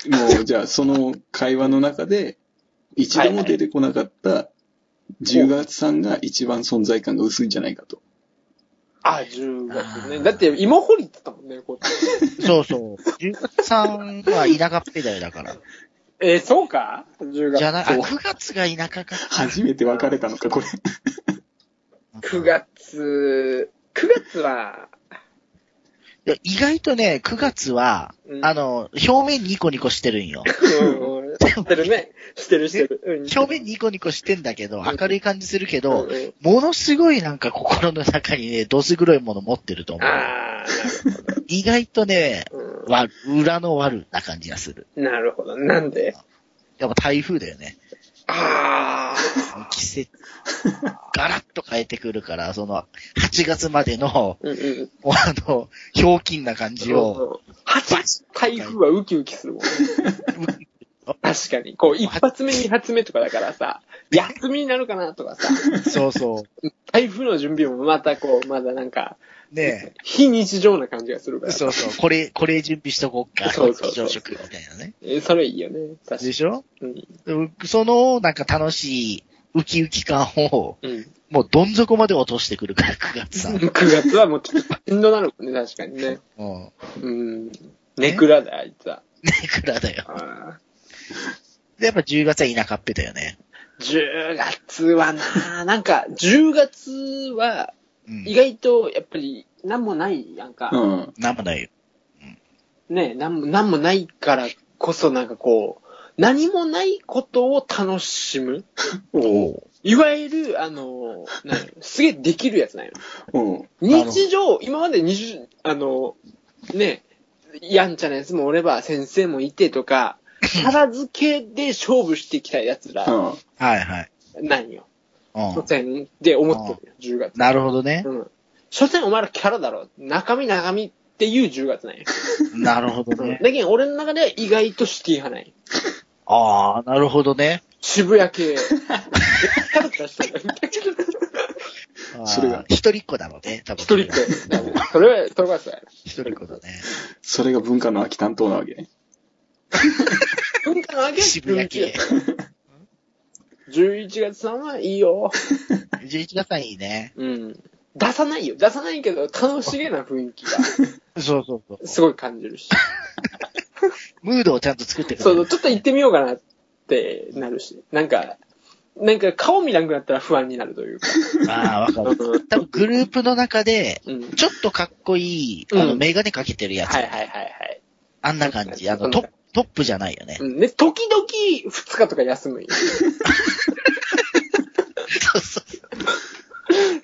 S3: じ。
S1: もう、じゃあ、その会話の中で、一度も出てこなかった、10月さんが一番存在感が薄いんじゃないかと。
S3: あ、10月ね。だって、芋掘りって言ったもんね、こうやって
S2: そうそう。十月さんは田舎っぺだよ、だから。
S3: えーそうか ?10
S2: じゃ
S3: 月。
S2: ない、あ、9月が田舎か。
S1: 初めて別れたのか、これ。
S3: 9月、9月は、
S2: いや意外とね、9月は、
S3: うん
S2: あの、表面ニコニコしてるんよ。
S3: うんしてるね。してるしてる。うん
S2: 表面ニコニコしてんだけど、
S3: ん
S2: 明るい感じするけど、
S3: うん
S2: ものすごいなんか心の中に ね、どす黒いもの持ってると思う。
S3: あ
S2: 意外とね、
S3: あ、なるほど
S2: わ、裏の悪な感じがする。
S3: うん。なるほど。なんで
S2: やっぱ台風だよね。
S3: あ
S2: 季節、ガラッと変えてくるから、その、8月までの、
S3: あ。うんうん。
S2: もうあの、ひょうきんな感じを、
S3: 八台風はウキウキするもんね。確かに。こう、一発目、二発目とかだからさ、休みになるかなとかさ、
S2: そうそ
S3: 台風の準備もまたこう、まだなんか、
S2: う。ね
S3: 非日常な感じがするか
S2: え。
S3: ら。
S2: そうそう。これ、これ準備しとこうか。
S3: そうそうそう
S2: 朝食みたいなね。
S3: えーそれいいよね。確か
S2: でしょ
S3: に。
S2: うその、なんか楽しい、ウキウキ感を、
S3: うん。うん。
S2: もうどん底まで落としてくるから、9月 さん。
S3: 9月はもうちょっと、インドなのもんね、確かにね。
S2: うん。
S3: うん。ネクラだよ、あいつは。
S2: ねくらだよ。
S3: あー
S2: で、やっぱ10月は田舎っぺだよね。
S3: 10月はな、なんか、10月は、
S2: うん
S3: 意。外と、やっぱり、なんもないやんか。
S1: うん。
S2: なんもないよ。
S3: ね、なんも、なんもないからこそ、なんかこう、何もないことを楽しむ。
S1: おう
S3: いわゆる、あの、なんやろすげえできるやつなんよ。
S1: うん。
S2: なるほど
S3: 日常、今まで20、あの、ね、やんちゃなやつもおれば、先生もいてとか、腹付けで勝負してきたやつら、
S1: うん。
S2: はいはい。
S3: なんよ。
S2: うん。
S3: 所詮で思ってるよ、10月。
S2: なるほどね。
S3: うん。所詮お前らキャラだろ。中身中身っていう10月なんよ。
S2: なるほど
S3: うん
S2: ね。
S3: だけど俺の中では意外とシティ派ない。
S2: ああ、なるほどね。
S3: 渋谷 系。キャラキャラしてる。
S2: あー
S1: それが
S2: 一人っ子だろうね、多分。
S3: 一人っ子。それは、それはそうや。
S2: 一人っ子だね。
S1: それが文化の秋担当なわけね。
S3: 文化の秋は
S2: 渋谷 系。
S3: 11月さんはいいよ。
S2: 11月はいいね。
S3: うん。出さないよ。出さないけど、楽しげな雰囲気 が、
S2: そうそうそう。
S3: すごい感じるし。
S2: ムードをちゃんと作ってく
S3: そ
S2: れ
S3: う、
S2: る。
S3: ちょっと行ってみようかなってなるし。なんか、なんか顔見なくなったら不安になるというか。
S2: ああ、わかる。多分グループの中で、
S3: うん。
S2: ちょっとかっこいい、あ
S3: う
S2: の、
S3: ん
S2: メガネかけてるやつ。
S3: はいはいはいはい。
S2: あんな感じ。あ
S3: う
S2: の、
S3: ん
S2: トップトップじゃないよね。
S3: うん。で、時々2日とか休むよ。
S2: そうそう。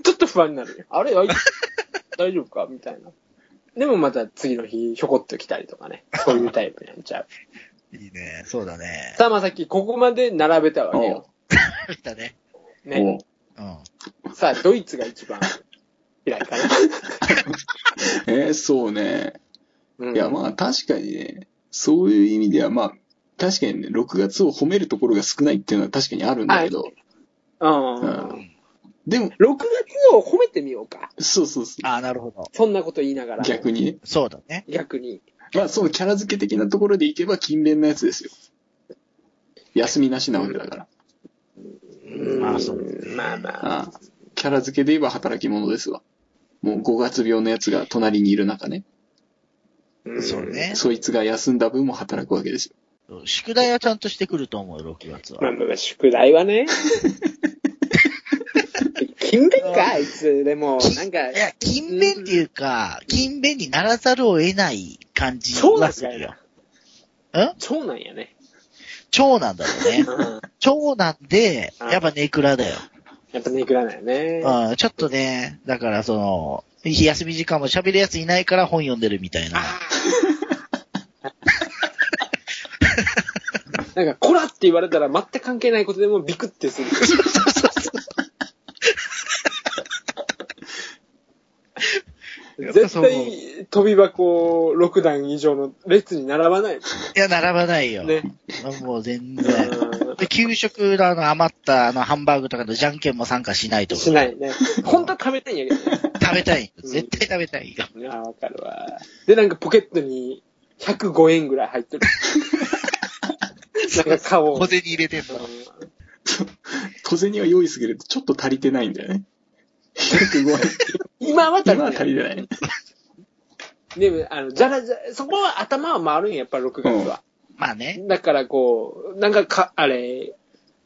S3: ちょっと不安になるよ。あれあい 大丈夫かみたいな。でもまた次の日、ひょこっと来たりとかね。そういうタイプになっちゃう。
S2: いいね。そうだね。
S3: さあまさき、ここまで並べたわけよ。
S2: 食べたね。
S1: お
S3: ね
S1: う。
S2: うん。
S3: さあ、ドイツが一番嫌いかな。
S1: えーそうね。
S3: うん、
S1: いや、まあ確かにね、そういう意味では、まあ、確かにね、6月を褒めるところが少ないっていうのは確かにあるんだけど、
S3: うん。
S1: う
S3: 6
S1: んでも、
S3: 月を褒めてみようか。
S1: そうそうそ
S2: ああ、なるほど。
S3: そんなこと言いながら。
S1: う。逆にね。
S2: そうだね。
S3: 逆に。
S1: まあ、そのキャラ付け的なところでいけば勤勉なやつですよ。休みなしなわけだから。
S3: うん
S2: まあそう
S3: まあまあ。
S1: ああキャラ付けで言えば働き者ですわ。もう5月病のやつが隣にいる中ね、
S3: うん
S2: そう。ね。
S1: そいつが休んだ分も働くわけですよ。
S2: 宿題はちゃんとしてくると思う、6月
S3: まあ
S2: は。
S3: まあまあ、宿題はね。勤勉か、あいつ。でも、なんか。
S2: いや、勤勉っていうか、勤勉にならざるを得ない感じ
S3: そうな
S2: は
S3: ん
S2: す
S3: だ
S2: るよ
S3: よ。。
S2: ん
S3: そうなんやね。
S2: 長男だろうね。長男で、やっぱネクラだよ。
S3: やっぱネクラだよね。
S2: うん、ちょっとね、だからその、休み時間も喋るやついないから本読んでるみたいな。
S3: なんか、コラって言われたら全く関係ないことでもビクって する。絶対、飛び箱6段以上の列に並ばないも
S2: いや、並ばないよ。
S3: んね。
S2: もう全
S3: う
S2: 然。
S3: ん
S2: で、給食のあの余ったあのハンバーグとかのじゃんけんも参加しないと。
S3: し
S2: 食
S3: ないね。本当は食べたいんやけどね。
S2: べたい。絶対食べたいよ。
S3: ああ、わかるわ。で、なんかポケットに105円ぐらい入 ってる。なんか顔を
S2: 小。銭入れてんの。
S1: 小銭は用意すぎるとちょっと足りてないんだ よね。105円。
S3: 今は足り
S1: 今は
S3: ない
S1: 足りてない。
S3: でも、あの、じゃらじゃ、そこは頭は回るんや、やっぱ6月は。
S2: まあね。
S3: だからこう、なんかか、あれ、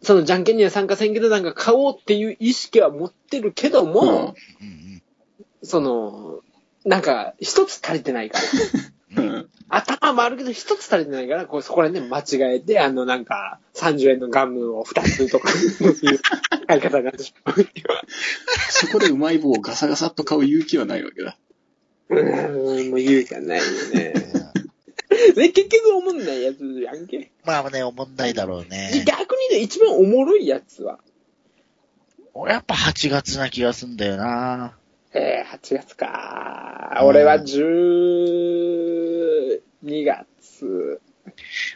S3: そのじゃんけんには参加せんけど、なんか買おうっていう意識は持ってるけども、
S2: うん
S3: その、なんか、一つ足りて ないから。
S1: うん。うん。
S3: 頭回るけど一つ足りてないから、こうそこら辺で間違えて、あの、なんか、30円のガムを2つとか、そういう買い方になってしまうっていう。
S1: そこでうまい棒をガサガサっと買う勇気はないわけだ。
S3: うーん、もう勇気はないよね。
S2: うん。
S3: で、結局おもんないやつやんけ。
S2: まあね、おもんないだろうね。
S3: 逆にね、一番おもろいやつは、
S2: 俺やっぱ8月な気がすんだよな。
S3: えー、8月か
S2: うん
S3: 俺は12月。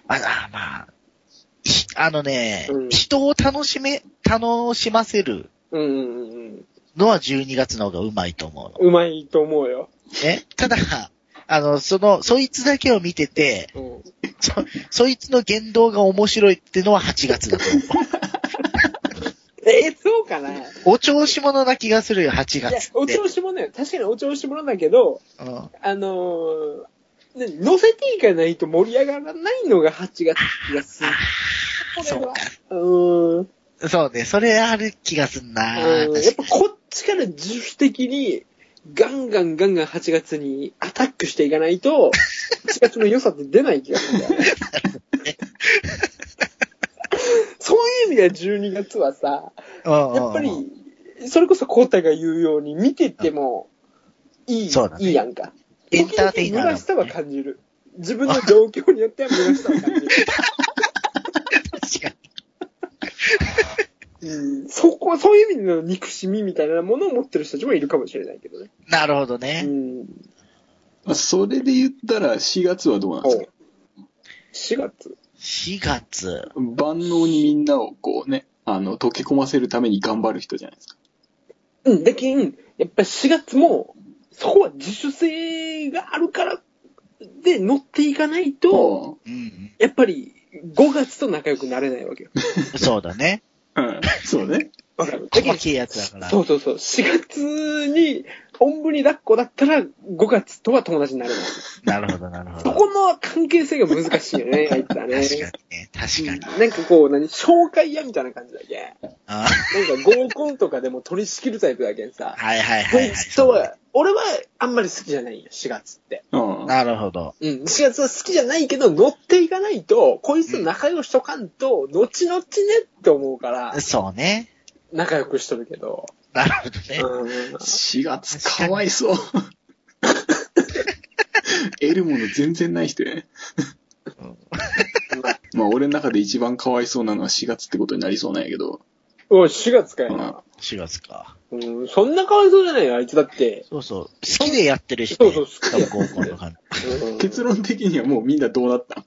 S2: まあ、まあ、ひあのね、
S3: うん
S2: 人を楽しめ、楽しませる
S3: うんうんうん。
S2: のは12月の方がうまいと思うの。
S3: うまいと思うよ。
S2: ね。ただ、あの、その、そいつだけを見てて、
S3: うん。
S2: そ、そいつの言動が面白いってのは8月だと思う。
S3: えー、そうかない
S2: お調子者な気がするよ、8
S3: や
S2: 月、っ
S3: お
S2: て。
S3: 調子者よ。確かにお調子者だけど、
S2: うん、あ
S3: あのー、ね乗せていかないと盛り上がらないのが8月気がする。
S2: ー
S3: こ
S2: そう
S3: れは
S2: か。
S3: うーん。
S2: そうね、それある気がすんな。
S3: うんやっ
S2: 確か
S3: ぱこっちから自主的に、ガンガンガンガン8月にアタックしていかな いと、8月の良さって出ない気がするんだよね。そういう意味では12月はさ、
S2: に
S3: やっ
S2: うんうん
S3: ぱ
S2: うん
S3: り、それこそコータが言うように見ててもいい、
S2: そうだね
S3: いいやんか。
S2: エンターテイナーだもんね
S3: 虚しさは感じる。自分の状況によっては虚しさは感じる。
S2: 確かに。
S3: うん、そこ、そういう意味での憎しみみたいなものを持ってる人たちもいるかもしれないけどね。
S2: なるほど
S3: う
S2: ね。
S3: ん、
S1: まあ、それで言ったら4月はどうなんですか
S3: 4月
S2: 4月。
S1: 万能にみんなをこうね、あの、溶け込ませるために頑張る人じゃないですか。
S3: うん、だけん、やっぱり4月も、そこは自主性があるから、で、乗っていかないと、
S1: う
S2: うん
S3: やっぱり5月と仲良くなれないわけよ。
S2: うん、そうだね。
S1: うん。 そうね。
S3: わかる だけ
S2: 細
S3: ん
S2: けいやつだから。
S3: そうそうそう。4月に、おんぶに抱っこだったら、5月とは友達になれない。
S2: なるほど、なるほ
S3: そ
S2: ど。
S3: この関係性が難しい よね、あいつはね。
S2: 確かにね、確かに。
S3: うんなんかこう、何、紹介屋みたいな感じだけん。
S2: あ
S3: なんか合コンとかでも取り仕切るタイプだけんさ。
S2: はいはい
S3: こ
S2: はいい、
S3: つ
S2: はい。
S3: とは、俺はあんまり好きじゃないよ、4月って。
S1: うん。
S2: なるほど。
S3: うん、4月は好きじゃないけど、乗っていかないと、こいつと仲良しとかんと、後々ねって思うから、
S2: そうね。
S3: 仲良くしとるけど。
S2: なるほどね。
S3: うん。
S1: 4月かわいそう。得るもの全然ない人やね。 まあ俺の中で一番かわいそうなのは4月ってことになりそうなんやけど。
S3: おい、4月かよ
S1: うん
S3: な。
S2: 4月か。
S3: うん、そんなかわいそうじゃないよ、あいつだって。
S2: そうそう。好きでやってるし、ね。
S3: そうそう好きでやってる
S2: 合コンの感じ。
S3: うん
S1: 結論的にはもうみんなどうなったん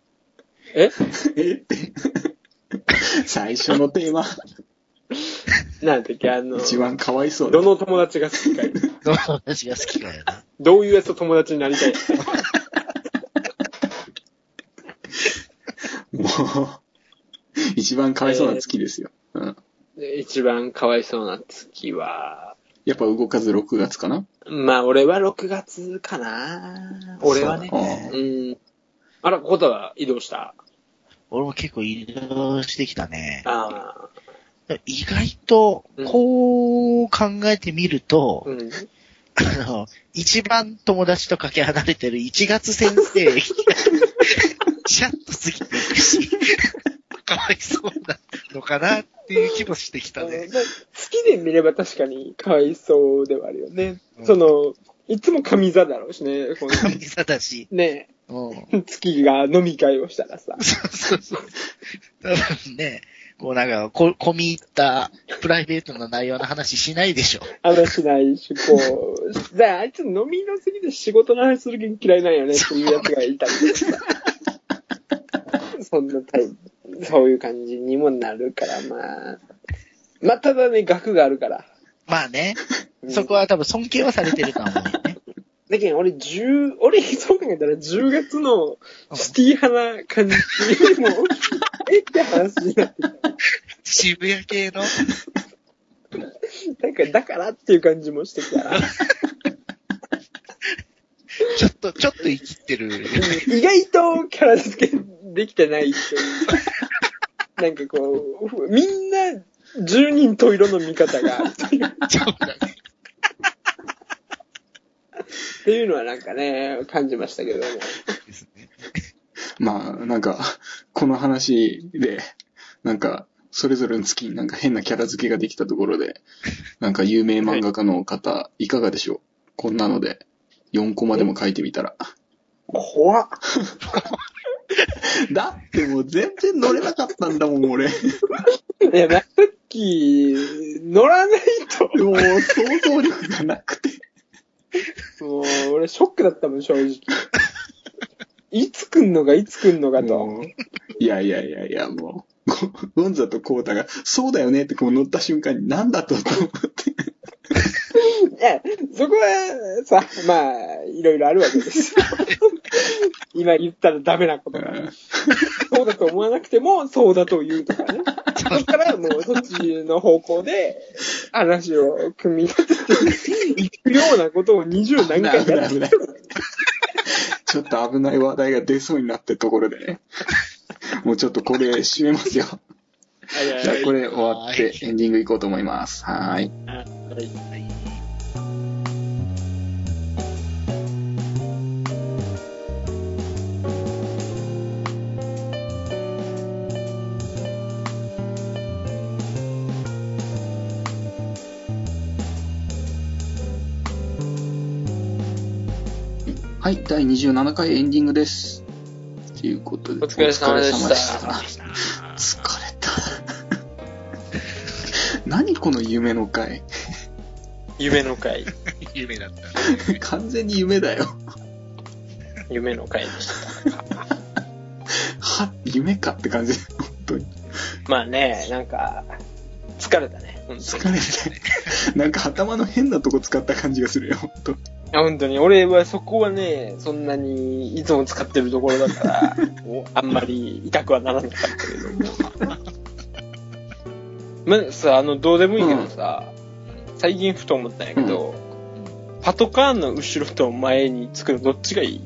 S3: え
S1: えって。最初のテーマ、
S3: なんだっけ、あの、
S1: 一番かわいそうだ
S3: ど。の友達が好きかよ。
S2: 私が好きかよな。
S3: どういうやつと友達になりたい。
S1: もう、一番かわいそうな月ですよ。うん。
S3: 一番かわいそうな月は、
S1: やっぱ動かず6月かな
S3: まあ、俺は6月かな。俺はね
S1: そう。だ
S3: う
S1: ね
S3: ん。あら、コタは移動した。
S2: 俺も結構移動してきたね。
S3: ああ。
S2: 意外と、こう考えてみると、
S3: うん。
S2: あの、一番友達とかけ離れてる1月先生、 シャッと過ぎていくし、かわいそうなのかなっていう気もしてきたね。
S3: 月で見れば確かにかわいそうではあるよね。
S2: うん
S3: その、いつも神座だろうしね。 この
S2: 神座だし。
S3: ね
S2: うん。
S3: 月が飲み会をしたらさ。
S2: そうそうそう。多分ね、こうなんか、こ、込み入ったプライベートの内容の話しないでしょ。
S3: あのしないし、こう。だからあいつ飲みの席で仕事の話 する気嫌いなんよねっていうやつがいたりとかさ。そんなタイプ。そういう感じにもなるから、まあ。まあ、ただね、額があるから。
S2: まあね
S3: う。ん
S2: そこは多分尊敬はされてるとは思う よね。
S3: だけど俺10、俺そう考えたら10月のシティ派な感じにも、えって話になって
S2: 渋谷系の。
S3: なんか、だからっていう感じもしてきたら。
S2: ちょっと、ちょっと生きって る。
S3: 意外とキャラ付けできてないっていう。なんかこう、みんな、十人十色の見方が、っていう
S2: そうだね。
S3: っていうのはなんかね、感じましたけども。
S2: ですね。
S1: まあ、なんか、この話で、なんか、それぞれの月になんか変なキャラ付けができたところで、なんか有名漫画家の方、いかがでしょうこんなので、4コマでも書いてみたら。
S3: 怖っ。
S1: だってもう全然乗れなかったんだもん、俺。
S3: いや、なさっき、乗らないと。
S1: もう想像力がなくて。
S3: もう、俺ショックだったもん、正直。いつ来んのか、いつ来んのかと。
S1: いやいやいやいや、もう、ゴゴンザとコータが、そうだよねってこう乗った瞬間に、なんだとと思って。
S3: いや、そこは、さ、まあ、いろいろあるわけですよ。今言ったらダメなことが。そうだと思わなくても、そうだと言うとかね。そしたら、もう、そっちの方向で、話を組み立てていくようなことを二十何
S1: 危
S3: 回
S1: ない危な
S3: や
S1: い
S3: っ
S1: 危 ない。ちょっと危ない話題が出そうになってるところでね。もうちょっとこれ締めますよ。
S3: て
S1: じゃあこれ終わってエンディングいこうと思います。はーい。
S3: はい
S2: はい
S1: はい、第27回エンディングです。ということで、
S3: お疲れ様でした
S1: お疲れ様
S2: そうでした
S1: 疲れた。何この夢の回。
S3: 夢の会。
S2: 夢だった。
S1: 完全に夢だよ。
S3: 夢の会でした。
S1: は、夢かって感じ。本当に。
S3: まあね、なんか、疲れたね。本
S1: 疲れて。なんか頭の変なとこ使った感じがするよ、本当。
S3: あ本当に、俺はそこはね、そんなにいつも使ってるところ だから、もうあんまり痛くはならなかったけど も。まあさ、あの、どうでもいいけどさ、最近ふと思ったんやけど、パトカーの後ろと前につくのどっちがいい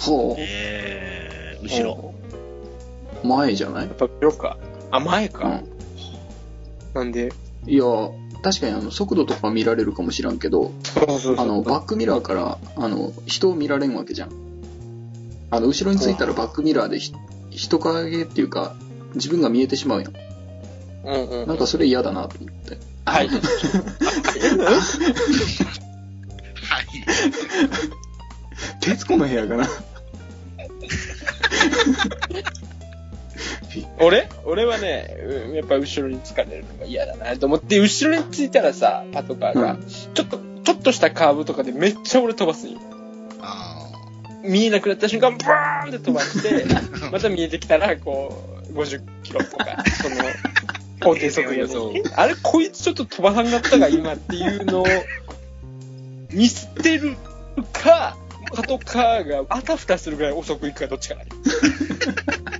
S1: ほ
S2: えー、後ろ。。
S1: う、前じゃない
S3: やっぱ後ろか。あ、前
S1: う
S3: か。
S1: ん。
S3: なんで。
S1: いや、確かにあの速度とか見られるかもしらんけど、
S3: そうそうそう。
S1: あのバックミラーからあの人を見られんわけじゃん。あの後ろについたらバックミラーでひ人影っていうか、自分が見えてしまうやん。
S3: うんうん。
S1: なんかそれ嫌だなと思って。
S3: はい。
S2: はい。
S1: 徹子の部屋 かな
S3: 俺俺はね、うんやっぱ後ろにつかれるのが嫌だなと思って、後ろについたらさ、パトカーが、
S1: う
S3: ちょっと、ちょっとしたカーブとかでめっちゃ俺飛ばすんよ。
S2: あ
S3: 見えなくなった瞬間、バーンって飛ばして、また見えてきたら、こう、50キロとか、その、法定速
S2: いやいやそ
S3: 度
S2: う
S3: に。あれ、こいつちょっと飛ばさんかったが今っていうのを、見捨てるか、パトカーがあたふたするぐらい遅く行くかどっちかな。
S2: ー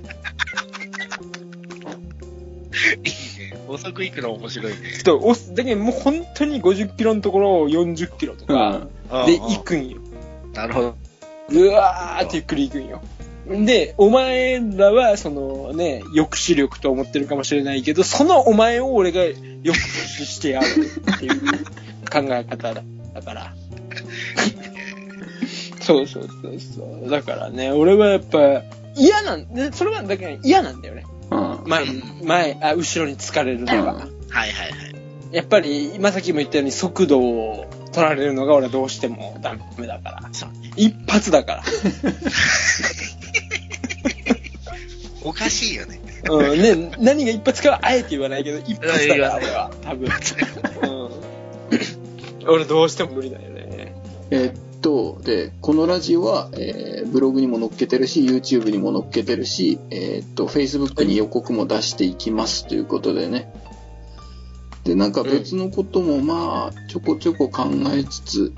S2: いいね。遅く行くの面白いね。
S3: ちょっとおす、だけどもう本当に50キロのところを40キロとかで
S2: うんうん
S3: 行くんよ。
S2: なるほど。
S3: うわーってゆっくり行くんよ。で、お前らは、そのね、抑止力と思ってるかもしれないけど、そのお前を俺が抑止してやるっていう考え方だ だから。そうそうそうそう。だからね、俺はやっぱ、嫌なんで、それはだけど嫌なんだよね。
S1: うん。うん。
S3: 前に、前、あ、後ろに疲れるのが。
S2: はいはいはい。
S3: やっぱり、今さっきも言ったように速度を取られるのが俺はどうしてもダメだから。
S2: そうね。
S3: 一発だか
S2: おかしいよね。
S3: ら。うん、ね、何が一発かはあえて言わないけど、一発だから俺は、多分。うん。俺どうしても無理だよね。
S1: えと、で、このラジオは、えーブログにも載っけてるし、YouTube にも載っけてるし、えーっと、Facebook に予告も出していきますということでね。で、なんか別のことも、まあ、ちょこちょこ考えつつ、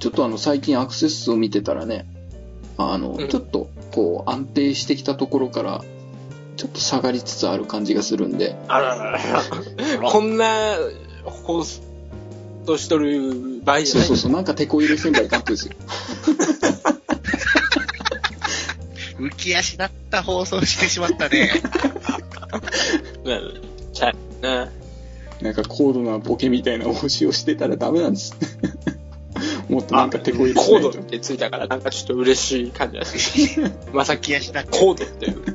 S1: ちょっとあの、最近アクセス数を見てたらね、あの、
S3: うん
S1: ちょっと、こう、安定してきたところから、ちょっと下がりつつある感じがするんで、
S3: あらららら。こんな、放送しとる場合じ
S1: そう
S3: ゃない。
S1: そうそう、なんか手こ入れせんばい書くんですよ。
S2: 浮き足だった放送してしまったね。
S3: うんちゃうな。
S1: なんか高度なボケみたいな応酬をしてたらダメなんです。 もっとなんか手こ入れし
S3: コ
S1: な
S3: ード
S1: い
S3: っ
S1: と。
S3: てついたから、なんかちょっと嬉しい感じがす る。まさ
S2: 浮
S3: き、
S2: き足だった。
S3: コードっていう言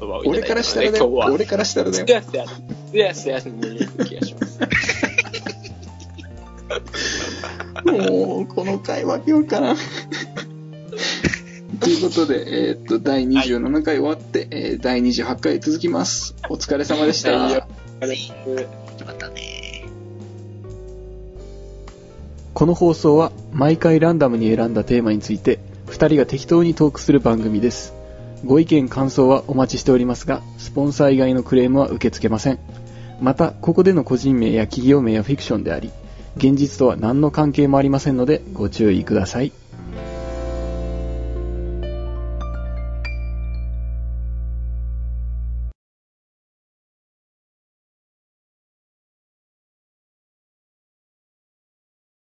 S3: 葉をいただいたので。
S1: 俺からしたらね、
S3: 今日は。
S1: 俺からしたら
S3: す
S1: ね、
S3: やすや、すやすやすに気がします。
S1: もうこの回はようかな。 ということで、えーっと、第27回終わって、えー第28回続きます。お疲れ様でした。
S3: はいよ
S2: またね。
S1: この放送は毎回ランダムに選んだテーマについて2人が適当にトークする番組ですご意見感想はお待ちしておりますがスポンサー以外のクレームは受け付けませんまたここでの個人名や企業名はフィクションであり現実とは何の関係もありませんのでご注意ください